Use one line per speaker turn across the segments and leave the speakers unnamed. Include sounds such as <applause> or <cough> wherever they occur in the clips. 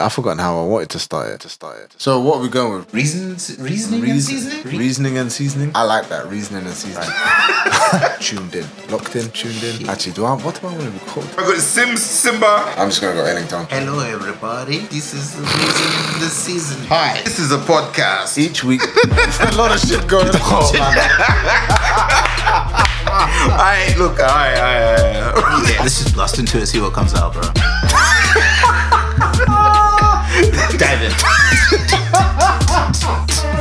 I've forgotten how I wanted to start it. To start it.
So what are we going with?
Reasons, reasoning, and
Reason-
seasoning.
Reasoning and seasoning.
I like that reasoning and seasoning. <laughs> tuned in, locked in, tuned in. Actually, do I? What do I want to record?
I got Sims, Simba.
I'm just gonna go Ellington.
Hello, everybody. This is the reason, the season.
Hi. This is a podcast.
<laughs>
Each week, Oh, a lot of shit going on.
Alright, look, alright, alright, alright.
<laughs> Yeah, let's just blast into it, see what comes <laughs> out, bro. Dive in.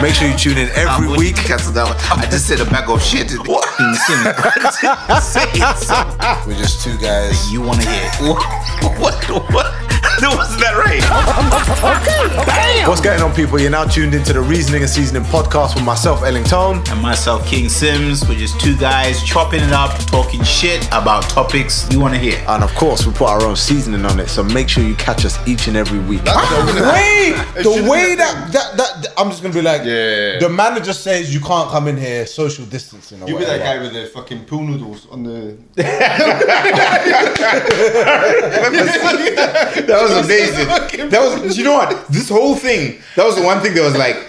Make sure you tune in every
I'm
week.
weak. Cancel that one. I just said a bag of shit. <laughs> What?
We're just two guys.
you want to hear? What? What? No, wasn't that right?
What's going on, people? You're now tuned into the Reasoning and Seasoning podcast with myself, Ellington.
And myself, King Sims, we're just two guys chopping it up, talking shit about topics you want to hear.
And of course, we put our own seasoning on it, so make sure you catch us each and every week.
<laughs>
Wait, the
shouldn't
way
have
that, that that that- I'm just gonna be like,
Yeah.
the manager says you can't come in here, social distancing. Or
You be
whatever.
that guy with the fucking pool noodles on the.
That was
<laughs>
amazing. That was, you know what? This whole thing, that was the one thing that was like,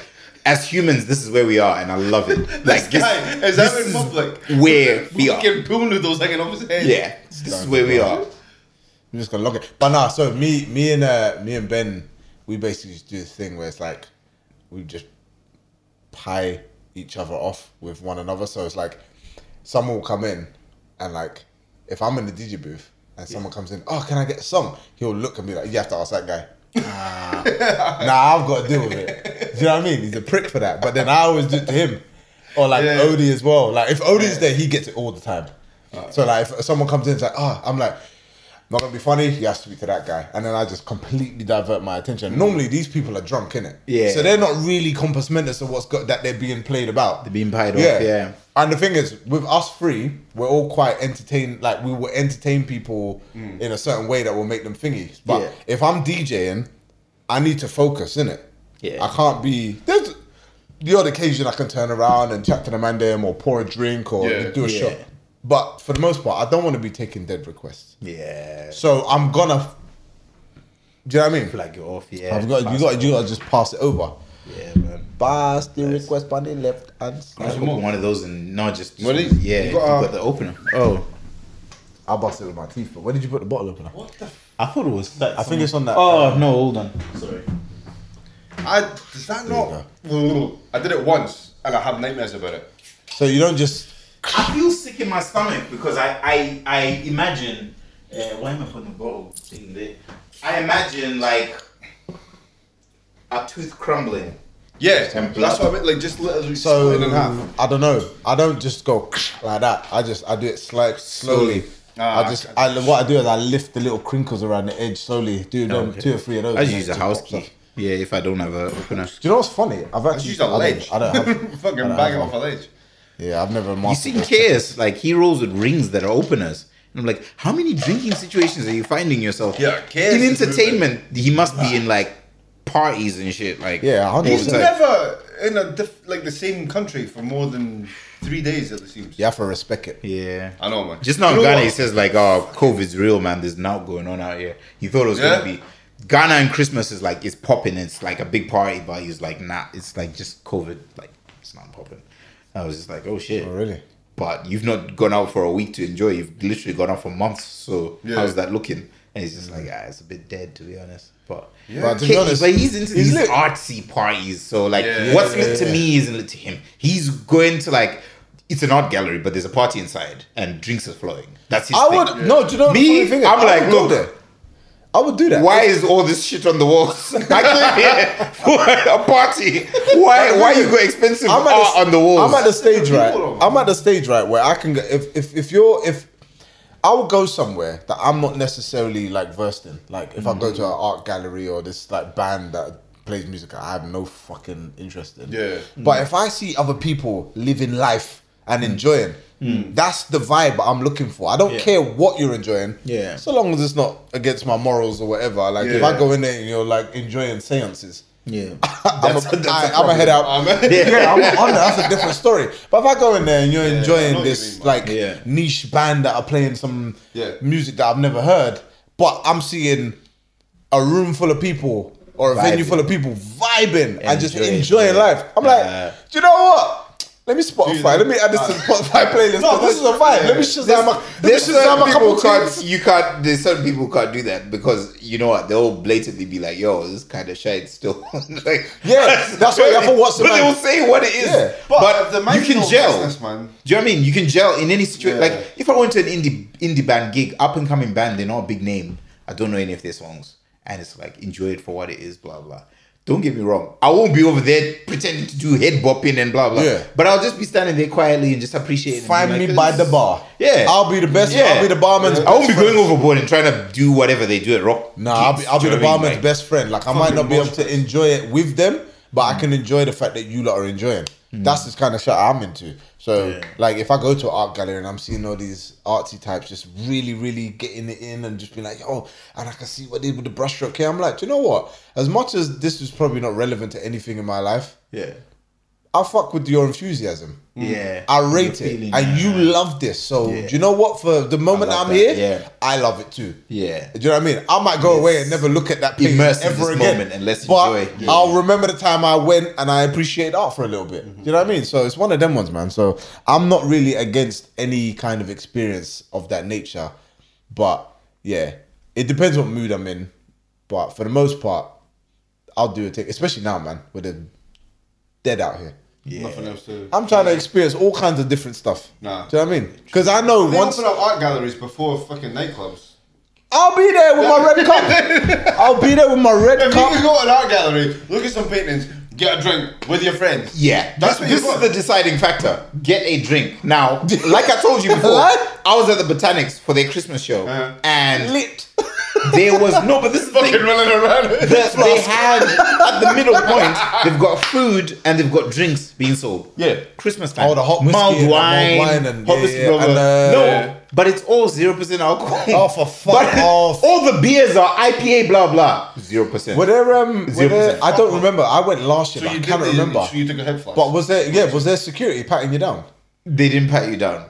as humans, this is where we are, and I love
<laughs>
it. Like, this,
guy, is that in public?
where we are.
Fucking pool noodles hanging off his head.
Yeah, this is where we are.
I'm just gonna lock it. But nah, so me, me and uh, me and Ben, we basically just do this thing where it's like, we just pie each other off with one another. So it's like, someone will come in, and like, if I'm in the DJ booth and someone comes in, oh, can I get a song? He'll look and be like, you have to ask that guy. <laughs> nah, I've got to deal with it. Do you know what I mean? He's a prick for that. But then I always do it to him. Or like
Yeah.
Odie as well. Like if Odie's there, he gets it all the time. So like if someone comes in, it's like, oh, I'm like, not gonna be funny, you have to speak to that guy. And then I just completely divert my attention. Normally these people are drunk, innit?
Yeah.
So they're not really compass mentors of what's got that they're being played about. They're
being played off, yeah.
And the thing is, with us three, we're all quite entertained. Like we will entertain people in a certain way that will make them thingy. But
Mm. Yeah.
if I'm DJing, I need to focus in it.
Yeah.
I can't be. There's the odd occasion I can turn around and chat to the man them or pour a drink or
Yeah.
do a
Yeah.
shot. But for the most part, I don't want to be taking dead requests.
Yeah.
So I'm gonna. Do you know what I mean?
Flag it off, yeah.
I've got you. Got you. Got to just pass it over.
Yeah, man.
Pass the request by the left hand
I
side.
took one of those and not just
What is-
yeah,
you
you
got,
got,
uh,
the opener. Oh,
I bust it with my teeth. But where did you put the bottle opener?
I thought it was. That
I think it's on that-
Oh no, hold on. Sorry.
I, does that not. I did it once and I had nightmares about it.
So you don't just.
I feel sick in my stomach because I I I imagine. Uh, why am I putting the bottle thing there? I imagine like a tooth crumbling.
Yeah,
And
that's what I meant. Like just literally
So
split in half.
I don't know. I don't just go like that. I just I do it sli- slowly.
Ah,
I just I, what I do is I lift the little crinkles around the edge slowly. Do them
Okay.
two or three of those.
I
and
just
then
use
it
a
just
house
pops
key.
off.
Yeah, if I don't have a opener.
Do you know what's funny? I've actually
use a
I don't-
ledge.
I
<laughs>
don't, have
Fucking
I don't
bang it
have
off a
one.
ledge.
Yeah, I've never
You
mastered.
seen
it.
chaos like heroes with rings that are openers. And I'm like, how many drinking situations are you finding yourself?
Yeah, Chaos
in
is
entertainment, he must be in like parties and shit. Like,
Yeah,
all the
100%.
He's
time.
never in a diff, like the same country for more than three days. It seems.
You have to respect it.
Yeah.
I know, man.
Just now,
You
in
know
Ghana,
what?
he says like, "Oh, COVID's real, man. There's now going on out here." He thought it was
Yeah.
gonna be Ghana and Christmas is like it's popping. It's like a big party, but he's like, "Nah, it's like just COVID. Like it's not popping." I was just like, "Oh shit!"
Oh, really?
But you've not gone out for a week to enjoy. You've literally gone out for months. So
Yeah.
how's that looking? And he's just like, "Ah, it's a bit dead, to be honest." But yeah.
But
but,
to be honest,
he's into
he's
these
lit.
artsy parties. So like,
Yeah.
what's lit to me isn't lit to him. He's going to like. It's an art gallery, but there's a party inside and drinks are flowing. That's his
I
thing.
would no. Do you know what the
Me,
funny thing is?
I'm
I
like,
would go
look.
there. I would do that.
Why is all this shit on
<laughs>
the walls? I came here <laughs> for a party. Why? Why you got expensive
I'm at
art
the,
on the walls?
I'm at the stage right.
People on.
I'm at the stage right where I can go if if if you're if I would go somewhere that I'm not necessarily like versed in. Like if I go
Mm-hmm.
to an art gallery or this like band that plays music I have no fucking interest in.
Yeah.
Mm.
But if I see other people living life and enjoying,
Mm.
that's the vibe I'm looking for. I don't care what you're enjoying.
Yeah.
So long as it's not against my morals or whatever. Like if I
Yeah.
go in there and you're like enjoying seances.
yeah.
I'm a,
that's a
I, I'm a head out. yeah, I'm on that. That's a different story. But if I go in there and you're
I know
enjoying
what you
this
mean, man.
like
Yeah.
niche band that are playing some
Yeah.
music that I've never heard, but I'm seeing a room full of people or a venue
Vibing.
full of people vibing and just
Enjoying,
enjoying
yeah.
life. I'm
Yeah.
like, do you know what? Let me Spotify. Let me add this to the <laughs>
<laughs>
Spotify playlist. this is a vibe. Let me Shazam. a- Let me
There's
Shazam
certain
a couple
people
of
can't.
cards.
You can't. There's certain people who can't do that because you know what? They'll blatantly be like, "Yo, this kind of shit still." <laughs> like,
Yeah, that's why you have to watch the
But
man.
they'll say what it is.
Yeah.
But,
the
you
man's
can
not
gel.
business, man.
Do you know what I mean? You can gel in any situation.
Yeah.
Like if I went to an indie indie band gig, up and coming band, they're not a big name. I don't know any of their songs, and it's like enjoy it for what it is. Blah blah. Don't get me wrong. I won't be over there pretending to do head bopping and blah blah.
Yeah.
But I'll just be standing there quietly and just appreciating.
Find me by the bar.
Yeah.
I'll be the best.
Yeah.
I'll be the barman's.
I won't be going overboard and trying to do whatever they do at rock.
Nah, I'll be,
gigs,
I'll be
do you
the
know what I mean?
barman's
Like,
best friend. Like I might not be able to enjoy it with them, but I can enjoy the fact that you lot are enjoying.
Hmm.
That's the kind of shit I'm into. So like if I go to an art gallery and I'm seeing all these artsy types just really, really getting it in and just being like, oh, and I can see what they did with the brushstroke here. I'm like, do you know what? As much as this is probably not relevant to anything in my life,
Yeah.
I fuck with your enthusiasm.
Yeah.
I rate
You're
it,
feeling
and you love this. So
Yeah.
do you know what? For the moment I'm
love that,
here,
yeah.
I love it too.
Yeah.
Do you know what I mean? I might go away and never look at that page
Immerse in
ever
this
again.
moment and let's
but
enjoy. Yeah.
I'll remember the time I went and I appreciate art for a little bit. Do you know what I mean? So it's one of them ones, man. So I'm not really against any kind of experience of that nature, but yeah, it depends what mood I'm in. But for the most part, I'll do a thing, especially now, man, with the dead out here.
Nothing else to.
I'm trying to experience all kinds of different stuff.
Nah.
Do you know what I mean? Because I know
They
once
open up art galleries before fucking nightclubs.
I'll be there with my
<laughs>
red cup. I'll be there with my red
If you can
cup.
go to an art gallery, look at some paintings, get a drink with your friends. <laughs>
Yeah,
That's
that's
what
this
you
is
want.
the deciding factor. Get a
<laughs>
drink now. Like I told you before,
What?
I was at the Botanics for their Christmas show,
Uh-huh.
<laughs>
and there was no. But this is
Fucking
fucking.
running around.
The,
<laughs>
they had at the middle point. They've got food and they've got drinks being sold. Yeah, Christmas time.
Oh, the hot whiskey
mulled
and the mulled
wine,
wine and-
hot
yeah,
whiskey.
yeah,
blah, blah,
and,
blah.
uh,
no, but it's all zero percent alcohol.
<laughs> Oh, for fuck off.
All the beers are IPA, blah blah, zero percent.
Were there um? Were
Zero
there,
percent.
I don't remember. I went last year.
So
but I
you
cannot
did the-
remember.
So you took a head flash.
But was there? Yeah, was there security patting you down?
They didn't pat you down.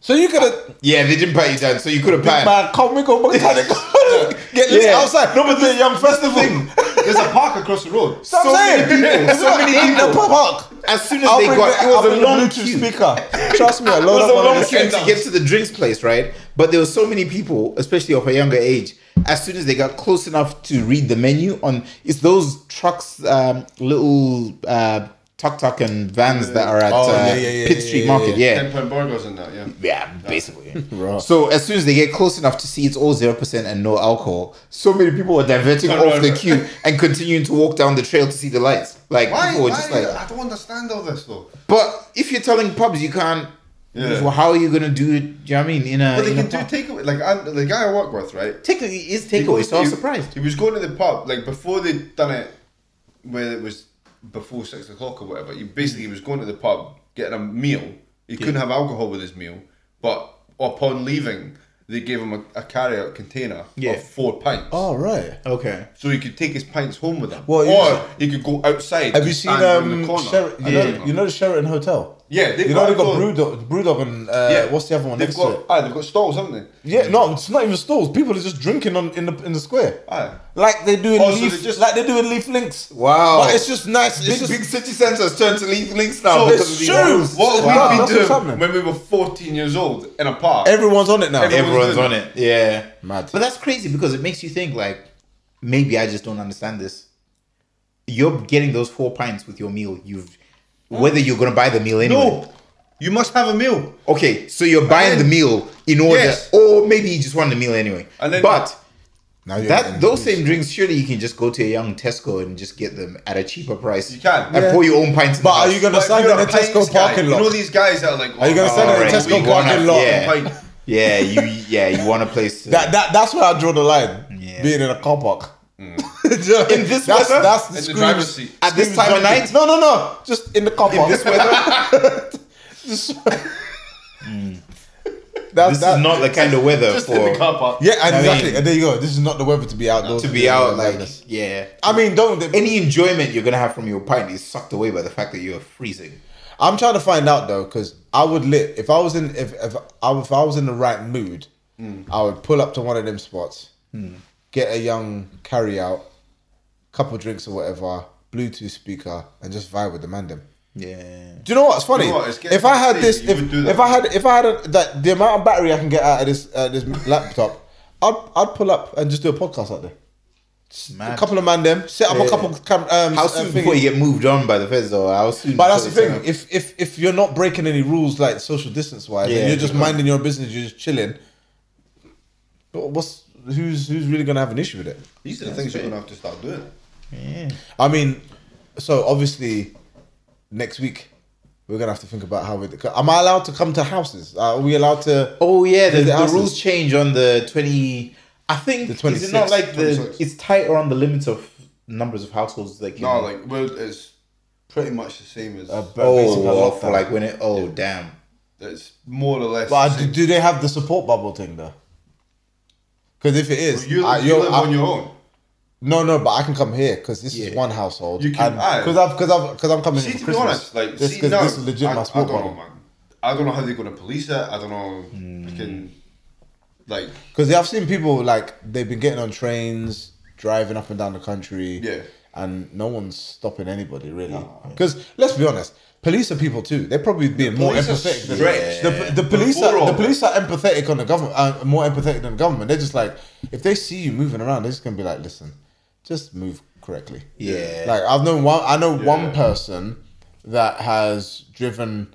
So you could have.
Yeah, they didn't pat you down, so you could have patted.
Man, come we go botanic.
<laughs>
Get lit
Yeah.
outside. No, but the young festival. Thing.
There's a park across the road.
So,
So
I'm
many
saying,
people, so
Look,
many
in the
people.
park.
As soon as
I'll
they
bring
got,
the-
it was
I'll bring
a
the
long
Bluetooth
queue. <laughs>
speaker. Trust me, I
It was
load
a
up my
long
Bluetooth
queue to
speaker.
get to the drinks place, right? But there were so many people, especially of a younger age. As soon as they got close enough to read the menu on, it's those trucks, um, little uh, tuk tuk and vans that are at
Oh,
uh,
yeah, yeah, yeah,
Pitt
yeah,
Street
yeah,
Market.
<laughs>
Yeah,
Ten point burgers in that, yeah.
Yeah, basically. So as soon as they get close enough to see it's all zero percent and no alcohol, so many people were diverting
Turn
off the
over.
queue and continuing to walk down the trail to see the lights. Like
Why?
people were
why?
just like,
I don't understand all this though.
but if you're telling pubs you can't,
Yeah.
well, how are you gonna do it? Do you know what I mean? In a,
But they
in a
can do
pub.
takeaway. Like I, the guy I work with, right?
Technically, it is takeaway, so I was surprised.
He was going to the pub like before they'd done it, where it was before six o'clock or whatever. He basically
Mm.
was going to the pub getting a meal. He couldn't have alcohol with his meal, but upon leaving, they gave him a, a carry-out container
Yeah.
of four pints,
Oh right.
Okay.
so he could take his pints home with him,
Well, you-
or he could go outside.
Have you
and
seen
stand around
um?
the corner.
Sher-
I
you, know,
don't know.
you know the Sheraton Hotel.
Yeah, they've
you know they
got-
got Brewdog, Brewdog, and uh,
Yeah.
what's the other one
They've
next to
got
it?
aye, they've got stalls, haven't they?
Yeah, no, it's not even stalls. People are just drinking on in the in the square.
Aye.
Like they do in
Oh, so
leaf,
they just-
like they do in leaf links.
Wow.
but it's just nice. It's,
This
just
big city centre has turned to leave links now
So
because
it's
of these
true.
rules.
What
Wow.
we'd
That's
be
what's
doing
happening.
when we were 14 years old in a park.
everyone's on it now.
Everyone-
Everyone's
doing
on it. Yeah.
Mad.
But that's crazy because it makes you think like maybe I just don't understand this. You're getting those four pints with your meal. You've whether you're gonna buy the meal anyway.
no, you must have a meal.
Okay, so you're buying
then-
the meal in order,
Yes.
or maybe you just want the meal anyway.
And then-
but
now you're
that
getting
those
juice.
same drinks, surely you can just go to a young Tesco and just get them at a cheaper price.
You can.
and pour your own pints. in
But
the
are
house.
you gonna
But if
stand
you're
in a
pints
Tesco
guy,
parking
You know
lot?
these guys that are like,
Are you gonna stand in a
alright,
Tesco
we
you
parking
want
wanna-
lot?
pint.
Yeah, yeah, you, yeah, you want a place.
<laughs>
To,
That, that that's where I draw the line.
Yeah.
Being in a car park. <laughs> Do you know what I
In
mean?
this
that's,
weather?
that's
In the
screams-
driver's seat.
At this
screams
time <laughs> of
drunken.
night?
No, no, no. Just in the car park.
this weather?
Just- that's
<laughs> this
that.
is not the kind of weather
Just
for
in the car park.
yeah, and
I
exactly.
mean-
and there you go. This is not the weather to be outdoors.
to be out like
this.
yeah.
I mean, don't any
Any enjoyment you're gonna have from your pint is sucked away by the fact that you're freezing.
I'm trying to find out though, because I would lit if I was in if if I, if I was in the right mood,
Hmm.
I would pull up to one of them spots, get a young carry out, couple drinks or whatever, Bluetooth speaker, and just vibe with the man them.
Yeah.
Do you know what's funny?
You know what, it's getting
if I
to the
had
stage
this,
that you
if,
would do that.
if I had, if I had a, that the amount of battery I can get out of this uh, this laptop, I'd I'd pull up and just do a podcast out there. Just A
Mad.
couple of man them, set up a
Yeah.
couple cam, um,
How
uh,
soon
thingy.
before you get moved on by the feds, though? How soon?
But that's the
before
thing. If if if you're not breaking any rules like social distance wise,
Yeah,
and you're just
because-
minding your own business, you're just chilling. But what's who's who's really gonna have an issue with it?
These are the things you're gonna have to start doing.
I mean, so obviously, next week we're gonna have to think about how we. Am I allowed to come to houses? Are we allowed to?
Oh yeah, the,
Is it
the
houses?
rules change on the twenty. I think
The
is it not
26th,
like the
26th.
it's tighter on the limits of numbers of households that can.
No, like well, it's pretty much the same as.
oh,
basically
well,
lockdown.
for like when it oh damn.
it's more or less. the
But do,
same.
do they have the support bubble thing though? Because if it is,
you,
I-
you
yo,
live
I-
on your own.
No, no, but I can come here because this is
Yeah.
one household.
You can- aye.
because I've because I've because I'm coming.
See,
here
to
for
be
Christmas.
honest, like,
this,
see,
'cause
now,
this is legit
I,
my
I
sport
don't know,
bubble.
man. I don't know how they're gonna police it. I don't know. Can
Hmm.
like
Because I've seen people like they've been getting on trains, driving up and down the country.
Yeah.
And no one's stopping anybody really. Because let's be honest, police are people too. They're probably being more
police are
empathetic. Than,
stretched.
the, the police
Before
are
all
the police are empathetic on the government, uh, more empathetic than the government. They're just like if they see you moving around, they're just gonna be like, listen, just move correctly.
Yeah.
Like I've known one. I know one
Yeah.
person that has driven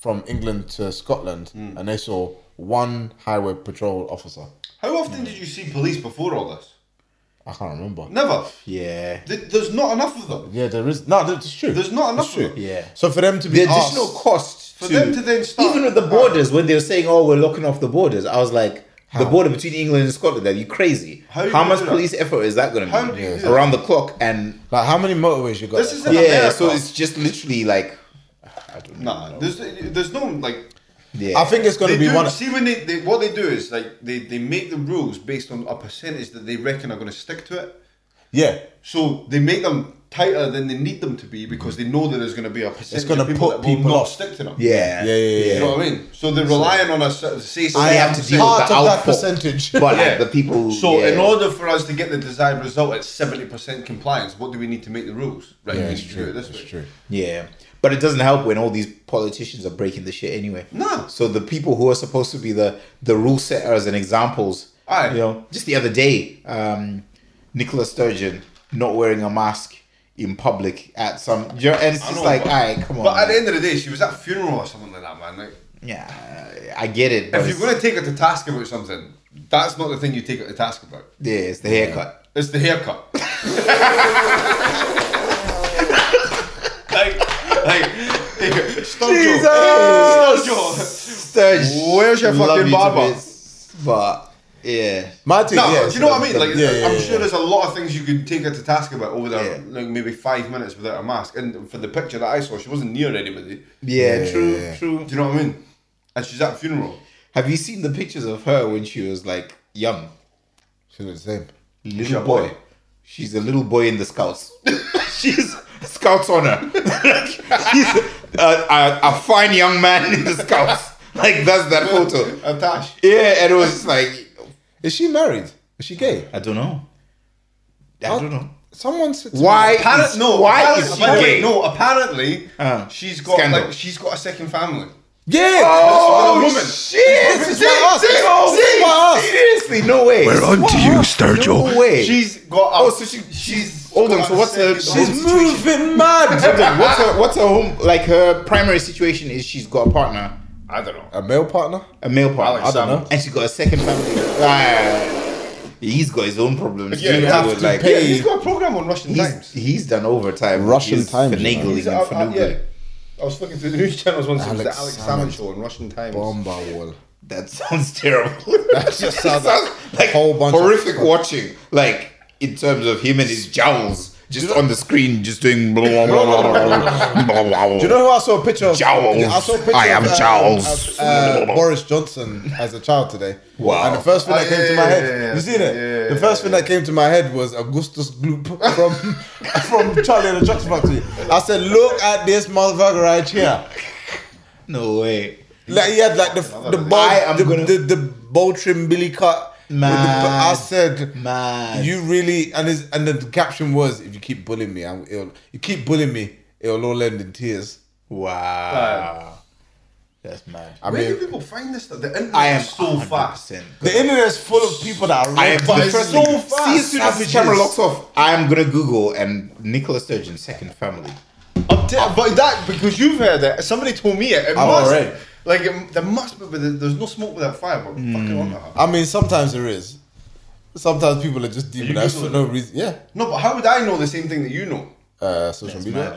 from England to Scotland,
Mm.
and they saw one highway patrol officer.
how often did you see police before all this?
I can't remember.
Never.
yeah.
Th- There's not enough of them.
Yeah, there is. No, that's true.
There's not
That's
enough
true.
of them.
Yeah.
So for them to be
The additional
asked-
cost
For them to then start-
even with the borders when they were saying oh we're locking off the borders, I was like the border between England and Scotland, are you crazy?
How
How,
you gonna
much
do that?
police effort is that going
How
to
do
be
you do that?
around the clock? And
like how many motorways you got?
This is
Like,
In
yeah,
America.
so it's just literally like I don't know.
Nah, there's there's no like
Yeah,
I think it's going
they
to be
do,
one.
See when they, they what they do is like they, they make the rules based on a percentage that they reckon are going to stick to it.
Yeah,
So they make them tighter than they need them to be because they know that there's going to be a percentage
gonna
of people
put
that will
people
not
off.
stick to them.
Yeah,
yeah,
yeah, yeah.
You know what I mean? So they're relying on us to say
I
something.
have to deal
part
with the
of that
output,
percentage.
but like,
Yeah.
the people.
So
yeah.
in order for us to get the desired result at seventy percent compliance, what do we need to make the rules? Right, we
yeah,
need
it's
to do
true.
it this
It's
way.
true.
yeah, but it doesn't help when all these politicians are breaking the shit anyway.
No.
So the people who are supposed to be the the rule setters and examples,
Aye.
you know, just the other day, um, Nicola Sturgeon not wearing a mask in public at some, you know, and it's just
know,
like,
but-
aye, come on,
But at the
man.
end of the day, she was at a funeral or something like that, man. Like,
yeah, I get it. But
if
it's-
you're going to take her to task about something, that's not the thing you take her to task about.
yeah, it's the haircut.
It's the haircut. <laughs> like, like, like, stop
Jesus!
Joe.
Sturgeon,
Where's your
love
fucking
you to
barber?
bits, But yeah.
My team,
No,
yeah,
do you know what I mean? Like,
yeah, yeah,
I'm
yeah,
sure there's a lot of things you could take her to task about over there,
Yeah.
like maybe five minutes without a mask. And for the picture that I saw, she wasn't near anybody.
Yeah, true,
yeah.
true.
Do you know what I mean? And she's at a funeral.
Have you seen the pictures of her when she was like young,
She looked the same.
little
a
boy?
boy.
She's a little boy in the scouts. <laughs> She's scouts on her. <laughs> Like, She's a, a, a fine young man in the scouts. Like that's
<laughs>
that photo.
A tash.
Yeah, and it was just like
Is she married? Is she gay?
I don't know. I don't know
Someone said to me-
why.
Apparent,
is,
no,
why
apparent-
is she
apparently-
gay?
No, apparently
Uh,
she's got
scandal.
like she's got a second family.
Yeah.
Oh,
With a woman.
shit!
This is why us.
See,
This is
see,
why us.
Seriously, no way. We're
on to you, Sturgill.
No way.
She's got. A,
Oh, so she-
she's
hold on,
got
so
a
what's her-
second-
she's
She's moving mad.
Dude, what's her what's her home like her primary situation is she's got a partner,
I don't know.
<laughs> a male partner?
a male partner.
Alex,
I don't know.
And she's got a second family. Ah, he's got his own problems.
Yeah,
You
you
know,
have to
like,
pay-
Yeah, he's got a program on Russian
He's,
Times.
he's done overtime.
Russian
He's
times, you know.
finagling
He's-
and
I- I- yeah.
finagling.
I was looking through the news channels once. it was the
Alex
Alex
Salmon.
Salmon show on Russian Times.
Bomba wall.
That <laughs> sounds terrible.
That just sounds like
like
a whole bunch of-
horrific watching. Like in terms of him and his jowls, just on the screen, just doing blah blah blah blah blah. blah, blah.
Do you know who I saw a picture of?
Jowls.
I saw a picture
I am
of, um,
Jowls.
of, uh, Boris Johnson as a child today.
Wow.
And the first thing
Oh,
that came
yeah,
to my
yeah,
head,
yeah, yeah.
you seen it?
Yeah,
the
yeah,
first thing that came to my head was Augustus Gloop from <laughs> from Charlie and the Chocolate Factory. I said, look at this motherfucker right here.
No way.
Like he had like the the bowl,
I am
the,
gonna-
the, the bowl trim billy cut.
Mad.
I said,
Mad.
you really and his and the caption was, if you keep bullying me, I'm, it'll you keep bullying me, it'll all end in tears.
wow. That's mad.
I
Where do
mean,
people find this stuff? The internet
I am
is so fast.
100%.
the internet's full of people that are
I am
rich, but it's so
definitely- See,
fast.
as soon as the camera locks off, I'm gonna Google and Nicola Sturgeon, second family.
I'm t- but that because you've heard it. Somebody told me it. it
I've
must,
already.
Like it, there must be, but there- there's no smoke without fire. But fucking on that.
I mean, sometimes there is. Sometimes people are just demonized for
Googling
no reason. Yeah,
No, but how would I know the same thing that you know?
uh, social media.
mad.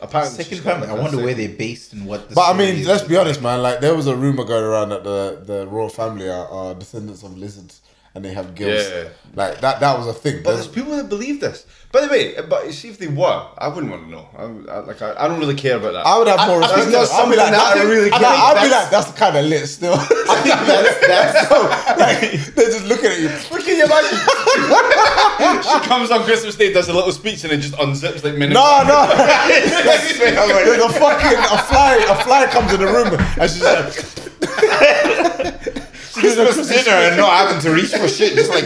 Apparently,
Second
she's got
family. I
that
wonder
thing.
where they're based and what. The
But I
story
mean,
is.
let's
<laughs>
be honest, man. Like there was a rumor going around that the the royal family are, are descendants of lizards and they have gills.
Yeah.
Like that that was a thing.
But there's people that believe this. By the way, but you see, if they were, I wouldn't want to know. I, would- I like, I, I don't really care about that.
I would have more
I- I
respect.
think that's
I'd be like,
something that I
think-
really
I'd,
care.
I'd be
That's-
like, that's kind of lit still.
I think
<laughs>
that's, that's
so, like, they're just looking at you.
But can you
<laughs>
imagine? she comes on Christmas Day, does a little speech, and it just unzips like minutes. <laughs>
No, Oh no. <laughs> There's a fucking a fly. A fly comes in the room and she's
<laughs>
like,
Christmas dinner and not having to reach for shit,
<laughs>
just like.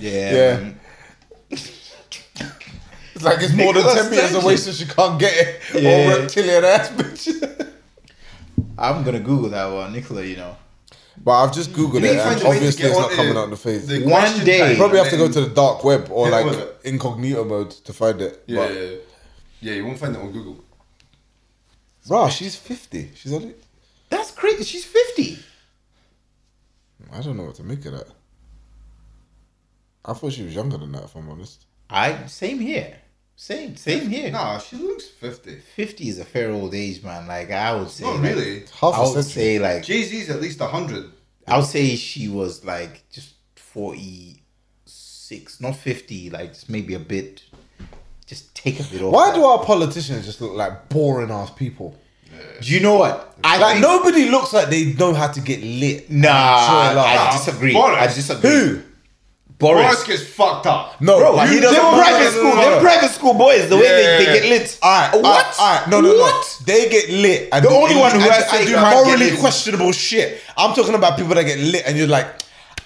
yeah.
yeah.
man.
It's like it's more than
Nicolas
ten meters away, so she can't get it.
Yeah.
All reptilian ass bitch.
I'm gonna Google that one, Nicola. You know,
But I've just googled
need
it,
to find
and
a way to
obviously
get
it's not
onto
coming
the-
out in the face.
the
One
question
day.
tag,
You probably
and
have to go
then-
to the dark web or
Yeah,
like
was it?
incognito mode to find it.
Yeah,
but,
yeah, yeah. Yeah, you won't find it on Google.
Rah, she's fifty. She's only.
that's crazy. She's fifty.
I don't know what to make of that. I thought she was younger than that. If I'm honest.
I same here. Same same here.
Nah, she looks fifty.
Fifty is a fair old age, man. Like I would say,
Not
like,
really.
Half
I
a
would
century.
say like
Jay Z's at least hundred.
I would say she was like just forty six, not fifty. Like just maybe a bit. Just take a bit off.
Why
that.
do our politicians just look like boring ass people?
Do you know what? I
Like
think-
nobody looks like they know how to get lit.
Nah,
Sure, love.
I
Nah,
disagree. I
Boris.
disagree.
Who?
Boris.
Boris gets fucked up.
No,
Bro,
you
he doesn't.
don't-
private school.
No, no, no,
Them
no.
private school boys, the way they, they
Yeah.
get lit.
Alright,
What?
alright, alright, no, no,
What?
no. They get lit. And
The
do-
only one who
and
has
do- and
to
do
get lit.
morally questionable shit. I'm talking about people that get lit, and you're like,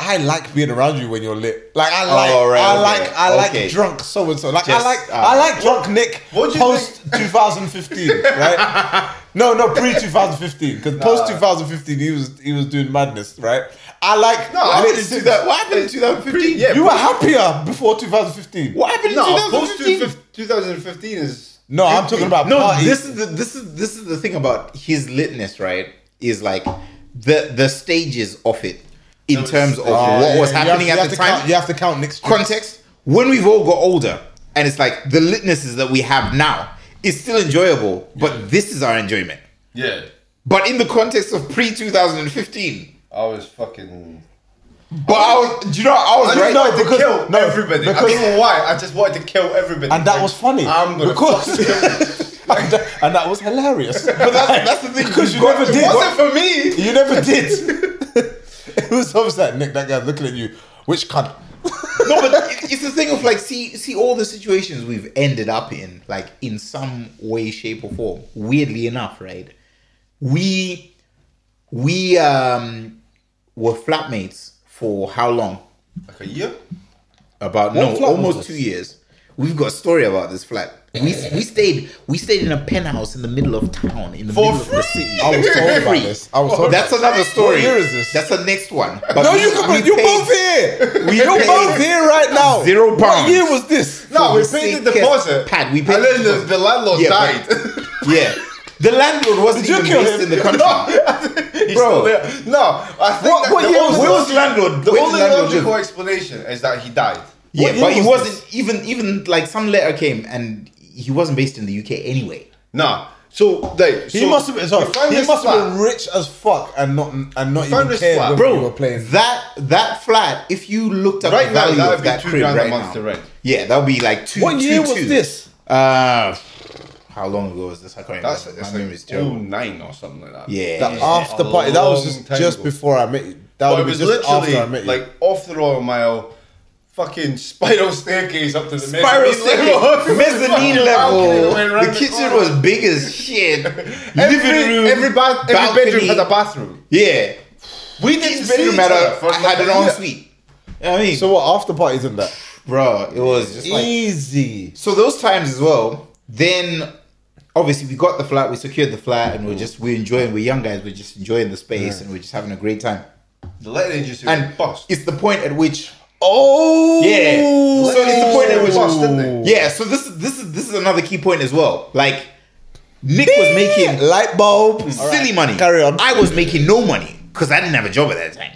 I like being around you when you're lit. Like I like,
Alright,
I
okay,
like, I like
okay.
drunk so and so. Like I
Just,
like,
uh,
I like drunk Nick.
what do you
post <laughs> 2015, right? No, no, pre 2015. Because post 2015, he was he was doing madness, right? I like.
No, I
lit
didn't do
since-
that.
What happened in 2015?
Yeah,
You were happier before 2015.
What happened in
No, post
2015?
2015 is
No, I'm talking about
No,
party.
this is the this is this is the thing about his litness, right? Is like the the stages of it in terms of
Oh,
what
yeah,
was
you have-
happening
you
at
have
the
to
time.
count- you have to count Nick's
context. When we've all got older, and it's like the litnesses that we have now is still enjoyable, but this is our enjoyment.
yeah.
But in the context of pre 2015,
I was fucking.
but I was, do you know, I was
I
right.
just wanted
because-
to kill
no,
everybody. I
because-
don't know why. I just wanted to kill everybody.
and that
Like,
was funny.
I'm gonna.
because
fucking kill
<laughs> and, that, and that was hilarious. But
that's- that's the thing,
<laughs> because you
you've got-
never
it
did.
<laughs> wasn't for me.
You never did. <laughs> it was always like Nick, that guy's looking at you. Which cunt?
no, but it- it's the thing of like, see, see all the situations we've ended up in, like in some way, shape, or form. Weirdly enough, right? We, we um, were flatmates for how long?
Like a year.
About
flat
no,
was
almost
this?
two years. We've got a story about this flat. We, we stayed we stayed in a penthouse in the middle of town in the
For
middle of the city.
I was told about
Free.
this. I was told.
That's another story.
What year is this?
That's the next one.
no,
we-
you
we
can, you're
paid-
both here.
we
you're
paid
both here right now.
zero
What
pounds.
year was this?
No, we
the
paid the
sickest
deposit.
pad, we paid
And
the
then the,
deposit.
the landlord
Yeah,
died. <laughs>
Yeah. The landlord wasn't
Did you
even
kill
based
him?
in the country.
He's
Bro.
still there. No, I think
What-
that
what
the
year
only-
was-
the landlord?
The
Where's
only
the landlord
logical
live?
explanation is that he died.
Yeah,
year
but he
was
wasn't even even like some letter came and he wasn't based in the UK anyway.
Nah. So like
He
so
must have been. Sorry,
we found
he
this
must
flat.
have been rich as fuck and not and not
found
even
this
care
flat.
whether
Bro,
you were playing.
that that flat. If you looked up
Right
the
now,
value
that would
of
be
that
two
crib
grand a
right
month
now,
to rent.
yeah, that would be like two.
What year
two,
was
two.
this?
Uh, how long ago was this? I can't
That's,
remember.
that's
My
like
memory's terrible.
09 or something like that.
Yeah,
That after
a
party. That was
long
just
time
just
ago.
before I met you. That
But
would
it
be
was
just after I
literally
met you.
like off the Royal Mile, fucking spiral staircase up to the
Spiral
mezzanine <laughs> level.
staircase, mezzanine
Balcony
level.
that went round
The
the
kitchen
corner.
was big as shit. Living
<laughs> Every,
room,
every, ba- every
balcony.
bedroom had a bathroom.
Yeah, we didn't
see
bedroom
each
had
other
a
for
I had
like
an
a year.
ensuite. You know what I mean,
So what after parties and that?
bro, it was just like
Easy.
so those times as well. Then obviously we got the flat, we secured the flat, and we're just we're enjoying. We're young guys, we're just enjoying the space, and we're just having a great time.
The letting agency was
And
bust.
it's the point at which
Oh
yeah, so it's the point at which
bust, didn't they?
yeah. So this is this is this is another key point as well. Like Nick was making Mm,
light bulb.
silly money.
carry on.
I was making no money because I didn't have a job at that time.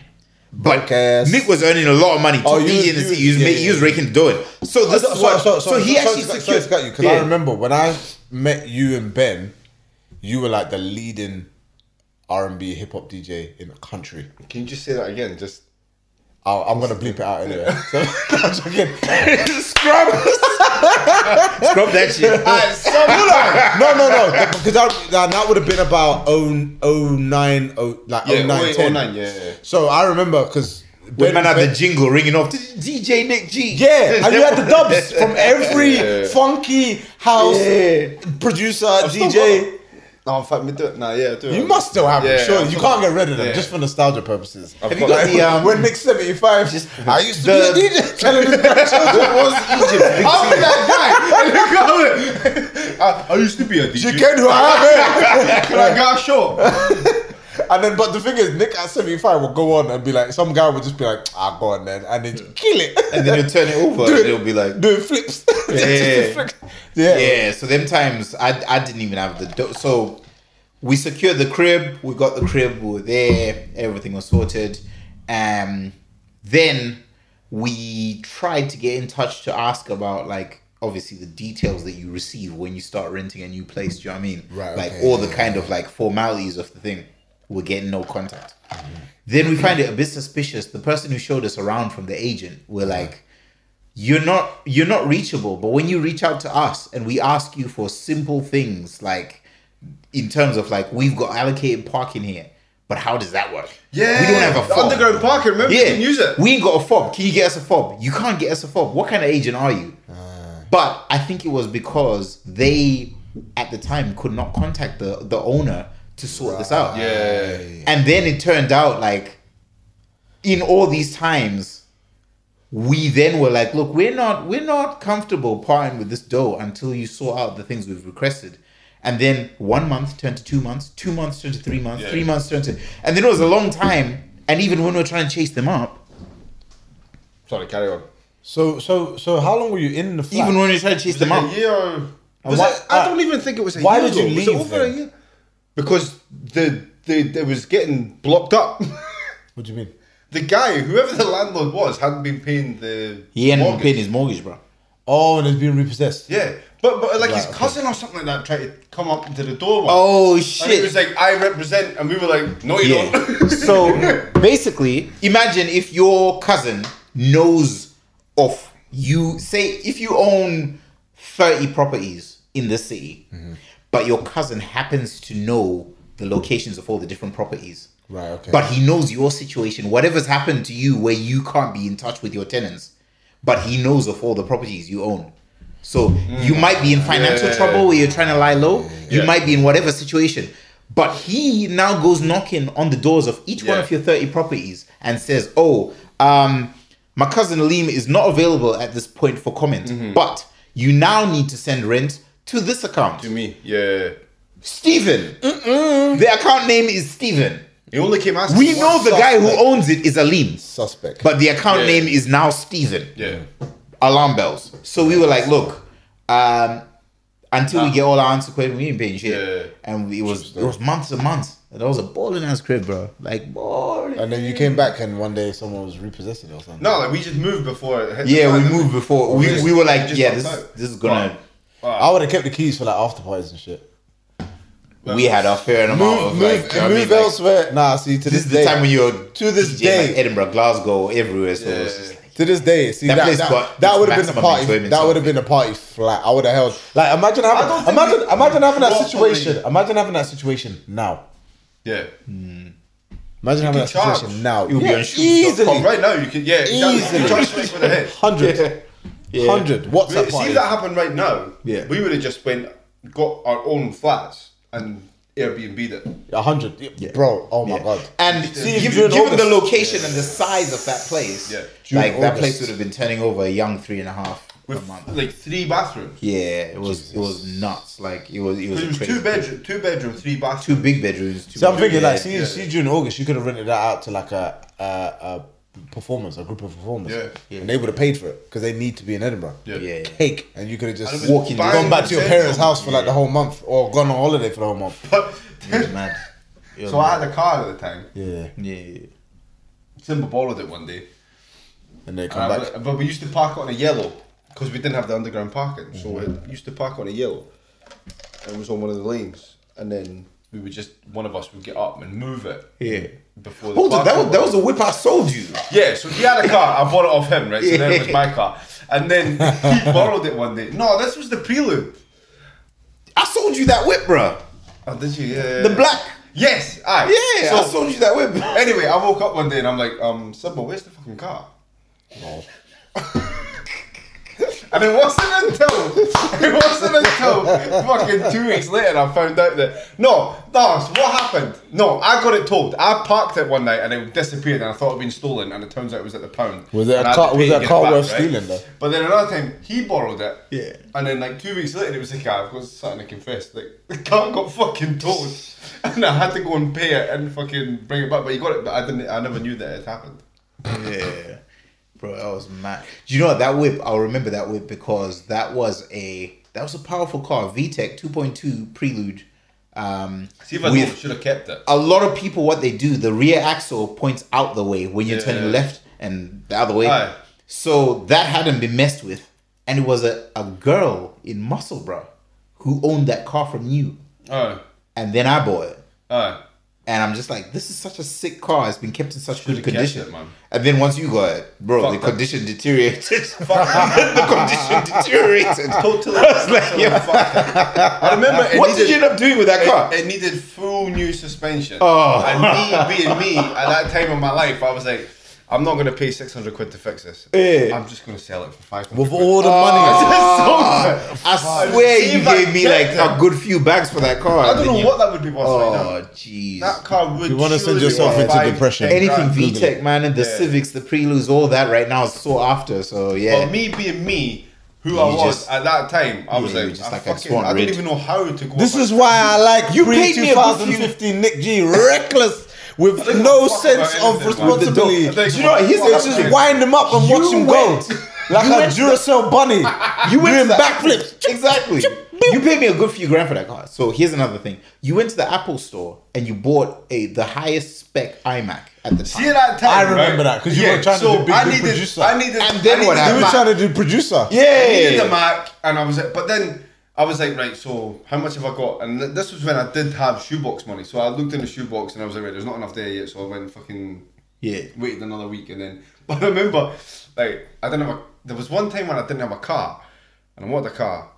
But
Broke ass.
Nick was earning a lot of money.
Oh,
Took
you
me
was-
in and
you
see- he was,
was-
ma-
yeah, Oh,
he was raking the dough. in. So this
So,
is what.
so, so, so
he actually
sorry, sorry
secured.
to cut you because I
Yeah.
remember when I met you and Ben, you were like the leading R and B hip hop DJ in the country.
Can you just say that again? Just
i I'm gonna bleep it out anyway. So, <laughs> I'm joking.
Scrub. Scrub that
<laughs>
shit.
no, no, no, because that, that, that would have been about 0- 09, oh, like
yeah,
09,
09,
10.
09, yeah, yeah.
So I remember because
When man had the jingle ringing off. DJ Nick G. <laughs>
yeah, and you had the dubs from every funky house producer DJ.
No, in fact, me do it. Nah, yeah, do it.
You must still have them,
Yeah,
sure.
I've
You can't
got them.
get rid of them
Yeah.
just for nostalgia purposes.
Have you
<laughs>
got
Like,
the, um,
when Nick's seventy five? I used to
the-
be a DJ telling his grandchildren was Egypt.
I'm with that guy. <laughs> Look at it. I, I used to be a DJ.
You can who I am. <laughs> eh?
Can I got
<laughs>
a shot?
And then, but the thing is, Nick at seventy five will go on and be like, some guy would just be like, ah, go on then, and then kill it.
And then he'll turn it over.
Do
and
it.
It'll be
<laughs>
like.
doing flips. <laughs>
Yeah.
Flips. yeah.
Yeah, so them times I, I didn't even have the do- so we secured the crib, we got the crib, we were there, everything was sorted. Um then we tried to get in touch to ask about like obviously the details that you receive when you start renting a new place, do you know what I mean?
Right,
Like
okay,
all the kind of like formalities of the thing. We're getting no contact. Then we find it a bit suspicious. The person who showed us around from the agent, we're like, you're not you're not reachable but when you reach out to us and we ask you for simple things like in terms of like we've got allocated parking here but how does that work
Yeah.
we don't have a
the
fob
underground parking. Remember,
yeah
you can use it.
we ain't got a fob can you get us a fob you can't get us a fob what kind of agent are you
Ah.
but i think it was because they at the time could not contact the the owner to sort this out
yeah.
and then it turned out like in all these times, we then were like, look, we're not we're not comfortable parting with this dough until you sort out the things we've requested. And then one month turned to two months, two months turned to three months, three months turned to and then it was a long time. And even when we we're trying to chase them up,
Sorry, carry on.
So so so how long were you in the flat?
even when we tried to chase them
Like
up,
a year. or- Was
why-
it, I don't even think it was a
why
year.
did you
ago. was it
leave
over
then?
a year? Because the the it was getting blocked up. <laughs>
what do you mean?
the guy, whoever the landlord was, hadn't been paying the
he ended up
mortgage.
paying his mortgage, bro.
Oh, and it's being repossessed.
Yeah, but but like
Right,
his
okay.
cousin or something like that tried to come up to the door. once.
Oh
And he was
shit.
like, I represent, and we were like, No, you
Yeah.
<laughs>
don't. <laughs>
so basically, imagine if your cousin knows of you. Say if you own thirty properties in the city,
Mm-hmm.
but your cousin happens to know the locations of all the different properties.
Right, okay.
But he knows your situation. Whatever's happened to you, where you can't be in touch with your tenants, but he knows of all the properties you own. So you
Mm.
might be in financial trouble where you're trying to lie low. You
Yeah.
might be in whatever situation. But he now goes knocking on the doors of each one
Yeah.
of your 30 properties and says, Oh, um, my cousin Aleem is not available at this point for comment,
Mm-hmm.
but you now need to send rent to this account.
to me, yeah.
Stephen. The account name is Stephen.
He only came asking.
We
once.
know the guy who
suspect.
owns it is Aleem.
Suspect.
But the account
Yeah.
name is now Steven.
Yeah.
Alarm bells. So we were like, look, um, until we get all our answer questions, we ain't paying shit.
Yeah.
And it was it
uh,
was months and months. And that was a balling ass crib, bro. Like balling.
and then you came back, and one day someone was repossessing or something.
No, like we just moved before. It hit the
yeah,
fan,
we
didn't
moved before. We,
just-
we were like,
just
yeah,
knocked
this
out.
this is gonna.
I would have kept the keys for like after parties and shit.
We had our fair amount
Move,
of
move,
Oh, like. you know what I mean?
move
Like,
elsewhere. nah, see to
this
this,
is
day,
the time when you're
To this
DJing,
day.
like, Edinburgh, Glasgow, everywhere. So it was
Yeah.
just like,
to this day, see
That
that
place
that,
got
that,
its
would have been a
maximum
party.
enjoyment
That
out
would
of
have been a party flat. I would have held. Like imagine
don't
having
think
imagine
we-
imagine having that
properly-
situation. Imagine having that situation now.
Yeah.
Imagine having
can
that
charge.
situation now.
You'll be on shoes.
Oh,
Easily.
right now, you can yeah, exactly.
Easily.
Charge straight for the head.
Hundred.
Yeah.
Hundred. What's
See
that
if
party?
that happened right now,
Yeah.
we would have just went got our own flats and Airbnb it.
A hundred. Bro, oh my god.
And
See,
giv-
during
given,
August-
the location and the size of that place,
Yeah.
like
During
that
August.
place would have been turning over a young three and a half a
With
month.
like three bathrooms.
Yeah, it was it was nuts. Like it was it was,
Because it was
crazy.
two bedroom, two bedroom, three
two
bathrooms.
big bedrooms. Two
So I'm thinking, like, see,
yeah.
see, during August, you could have rented that out to like a a, a performance, a group of performers,
Yeah.
Yeah.
and they would have paid for it because they need to be in Edinburgh.
yeah,
Cake, and you could have
And it
just
was
walked in,
bang
gone back to your
central.
parents' house for like the whole month, or gone on holiday for the whole month.
But
it was mad. <laughs> It was
so I
mad.
had a car at the time.
Yeah,
yeah,
Timber borrowed it one day.
and they come
Uh,
back.
but, but we used to park on a yellow because we didn't have the underground parking. So
Mm-hmm.
we used to park on a yellow. It was on one of the lanes, and then we would just one of us would get up and move it.
yeah.
Before the
Hold on, Oh, that
parking
was that was
lot.
a whip I sold you.
Yeah, so he had a car. I bought it off him, right? So then it
<laughs>
was my car. And then he borrowed it one day. No, this was the prelude.
I sold you that whip, bruh.
Oh, did you? Yeah. yeah,
The
yeah.
black.
Yes, aye.
Yeah, I
So,
sold you that whip.
anyway, I woke up one day and I'm like, um, Subba, where's the fucking car? <laughs> and it wasn't until it wasn't until fucking two weeks later I found out that no, no, so what happened? No, I got it towed. I parked it one night and it disappeared and I thought it'd been stolen and it turns out it was at the pound.
Was it a
And I had
car-
to pay
was
to
it a
get
car
back,
worth stealing, though?
But then another time he borrowed it.
Yeah.
And then like "Ah, two weeks later it was a car, of course starting to confess. Like <laughs> the car got fucking towed. <laughs> And I had to go and pay it and fucking bring it back. But he got it but I didn't I never knew that it had happened.
<laughs> Yeah, bro, that was mad. Do you know what that whip? I'll remember that whip because that was a that was a powerful car, VTEC 2.2 Prelude. Um,
See if I
with-
should have kept it.
a lot of people, what they do, the rear axle points out the way when you're turning
Yeah.
left and the other way.
Aye.
So that hadn't been messed with, and it was a, a girl in Musselburgh who owned that car from you,
Oh.
and then I bought it. <laughs>
Oh.
And I'm just like, this is such a sick car. It's been kept in such good
kept
condition.
it, man.
And then once you got it, bro,
Fuck
the
that. <laughs>
condition deteriorated. <laughs> the condition deteriorated.
Totally.
<laughs> like, yo.
I remember it
What
needed,
did you end up doing with that car?
it needed full new suspension.
Oh.
And me being
<laughs>
me at that time in my life, I was like, I'm not gonna pay six hundred quid to fix this.
Yeah.
I'm just gonna sell it for five hundred.
With all the
<laughs>
money,
Oh. I swear
See
you
if I
gave me
get
like
them.
a good few bags for that car.
I
and
don't
then
know
you-
what that would be worth right now.
Oh jeez.
That car would.
You wanna send
surely be
yourself
worth
into
five,
depression.
ten
Anything
grand.
Google
VTEC, man, and the
Yeah.
Civics, the Preludes, all that right now is sought after. So yeah,
But Oh, me being me, who I
You
was
just-
at that time, I was
Yeah, you
like,
just
I,
like a
fucking,
swan
I don't
red.
even know how to go.
this
about
is
it.
why I like you pre
paid me a good few-
2015 Nick G, reckless with no
fuck
sense
about
of
anything, man.
responsibility.
I think-
Do you know what? He's
Fuck
just
that.
wind him up and watch him go
went-
<laughs> like
you
a
went-
Duracell bunny. You
went
doing
to the- <laughs>
backflips.
exactly. You paid me a good few grand for that car. So here's another thing: you went to the Apple store and you bought a the highest spec iMac at the
See at
time.
that time.
I remember that, 'cause you were trying to
so
be big,
I
big
needed,
producer.
I needed,
And then
You
I needed
what happened?
were
Mac.
trying to do producer.
I needed a
Yeah,
Mac, and I was like, but then I was like, right, so how much have I got? And th- this was when I did have shoebox money, so I looked in the shoebox and I was like, right, there's not enough there yet, so I went and fucking
yeah,
waited another week and then. <laughs> But I remember, like, I didn't have a. There was one time when I didn't have a car, and I wanted a car,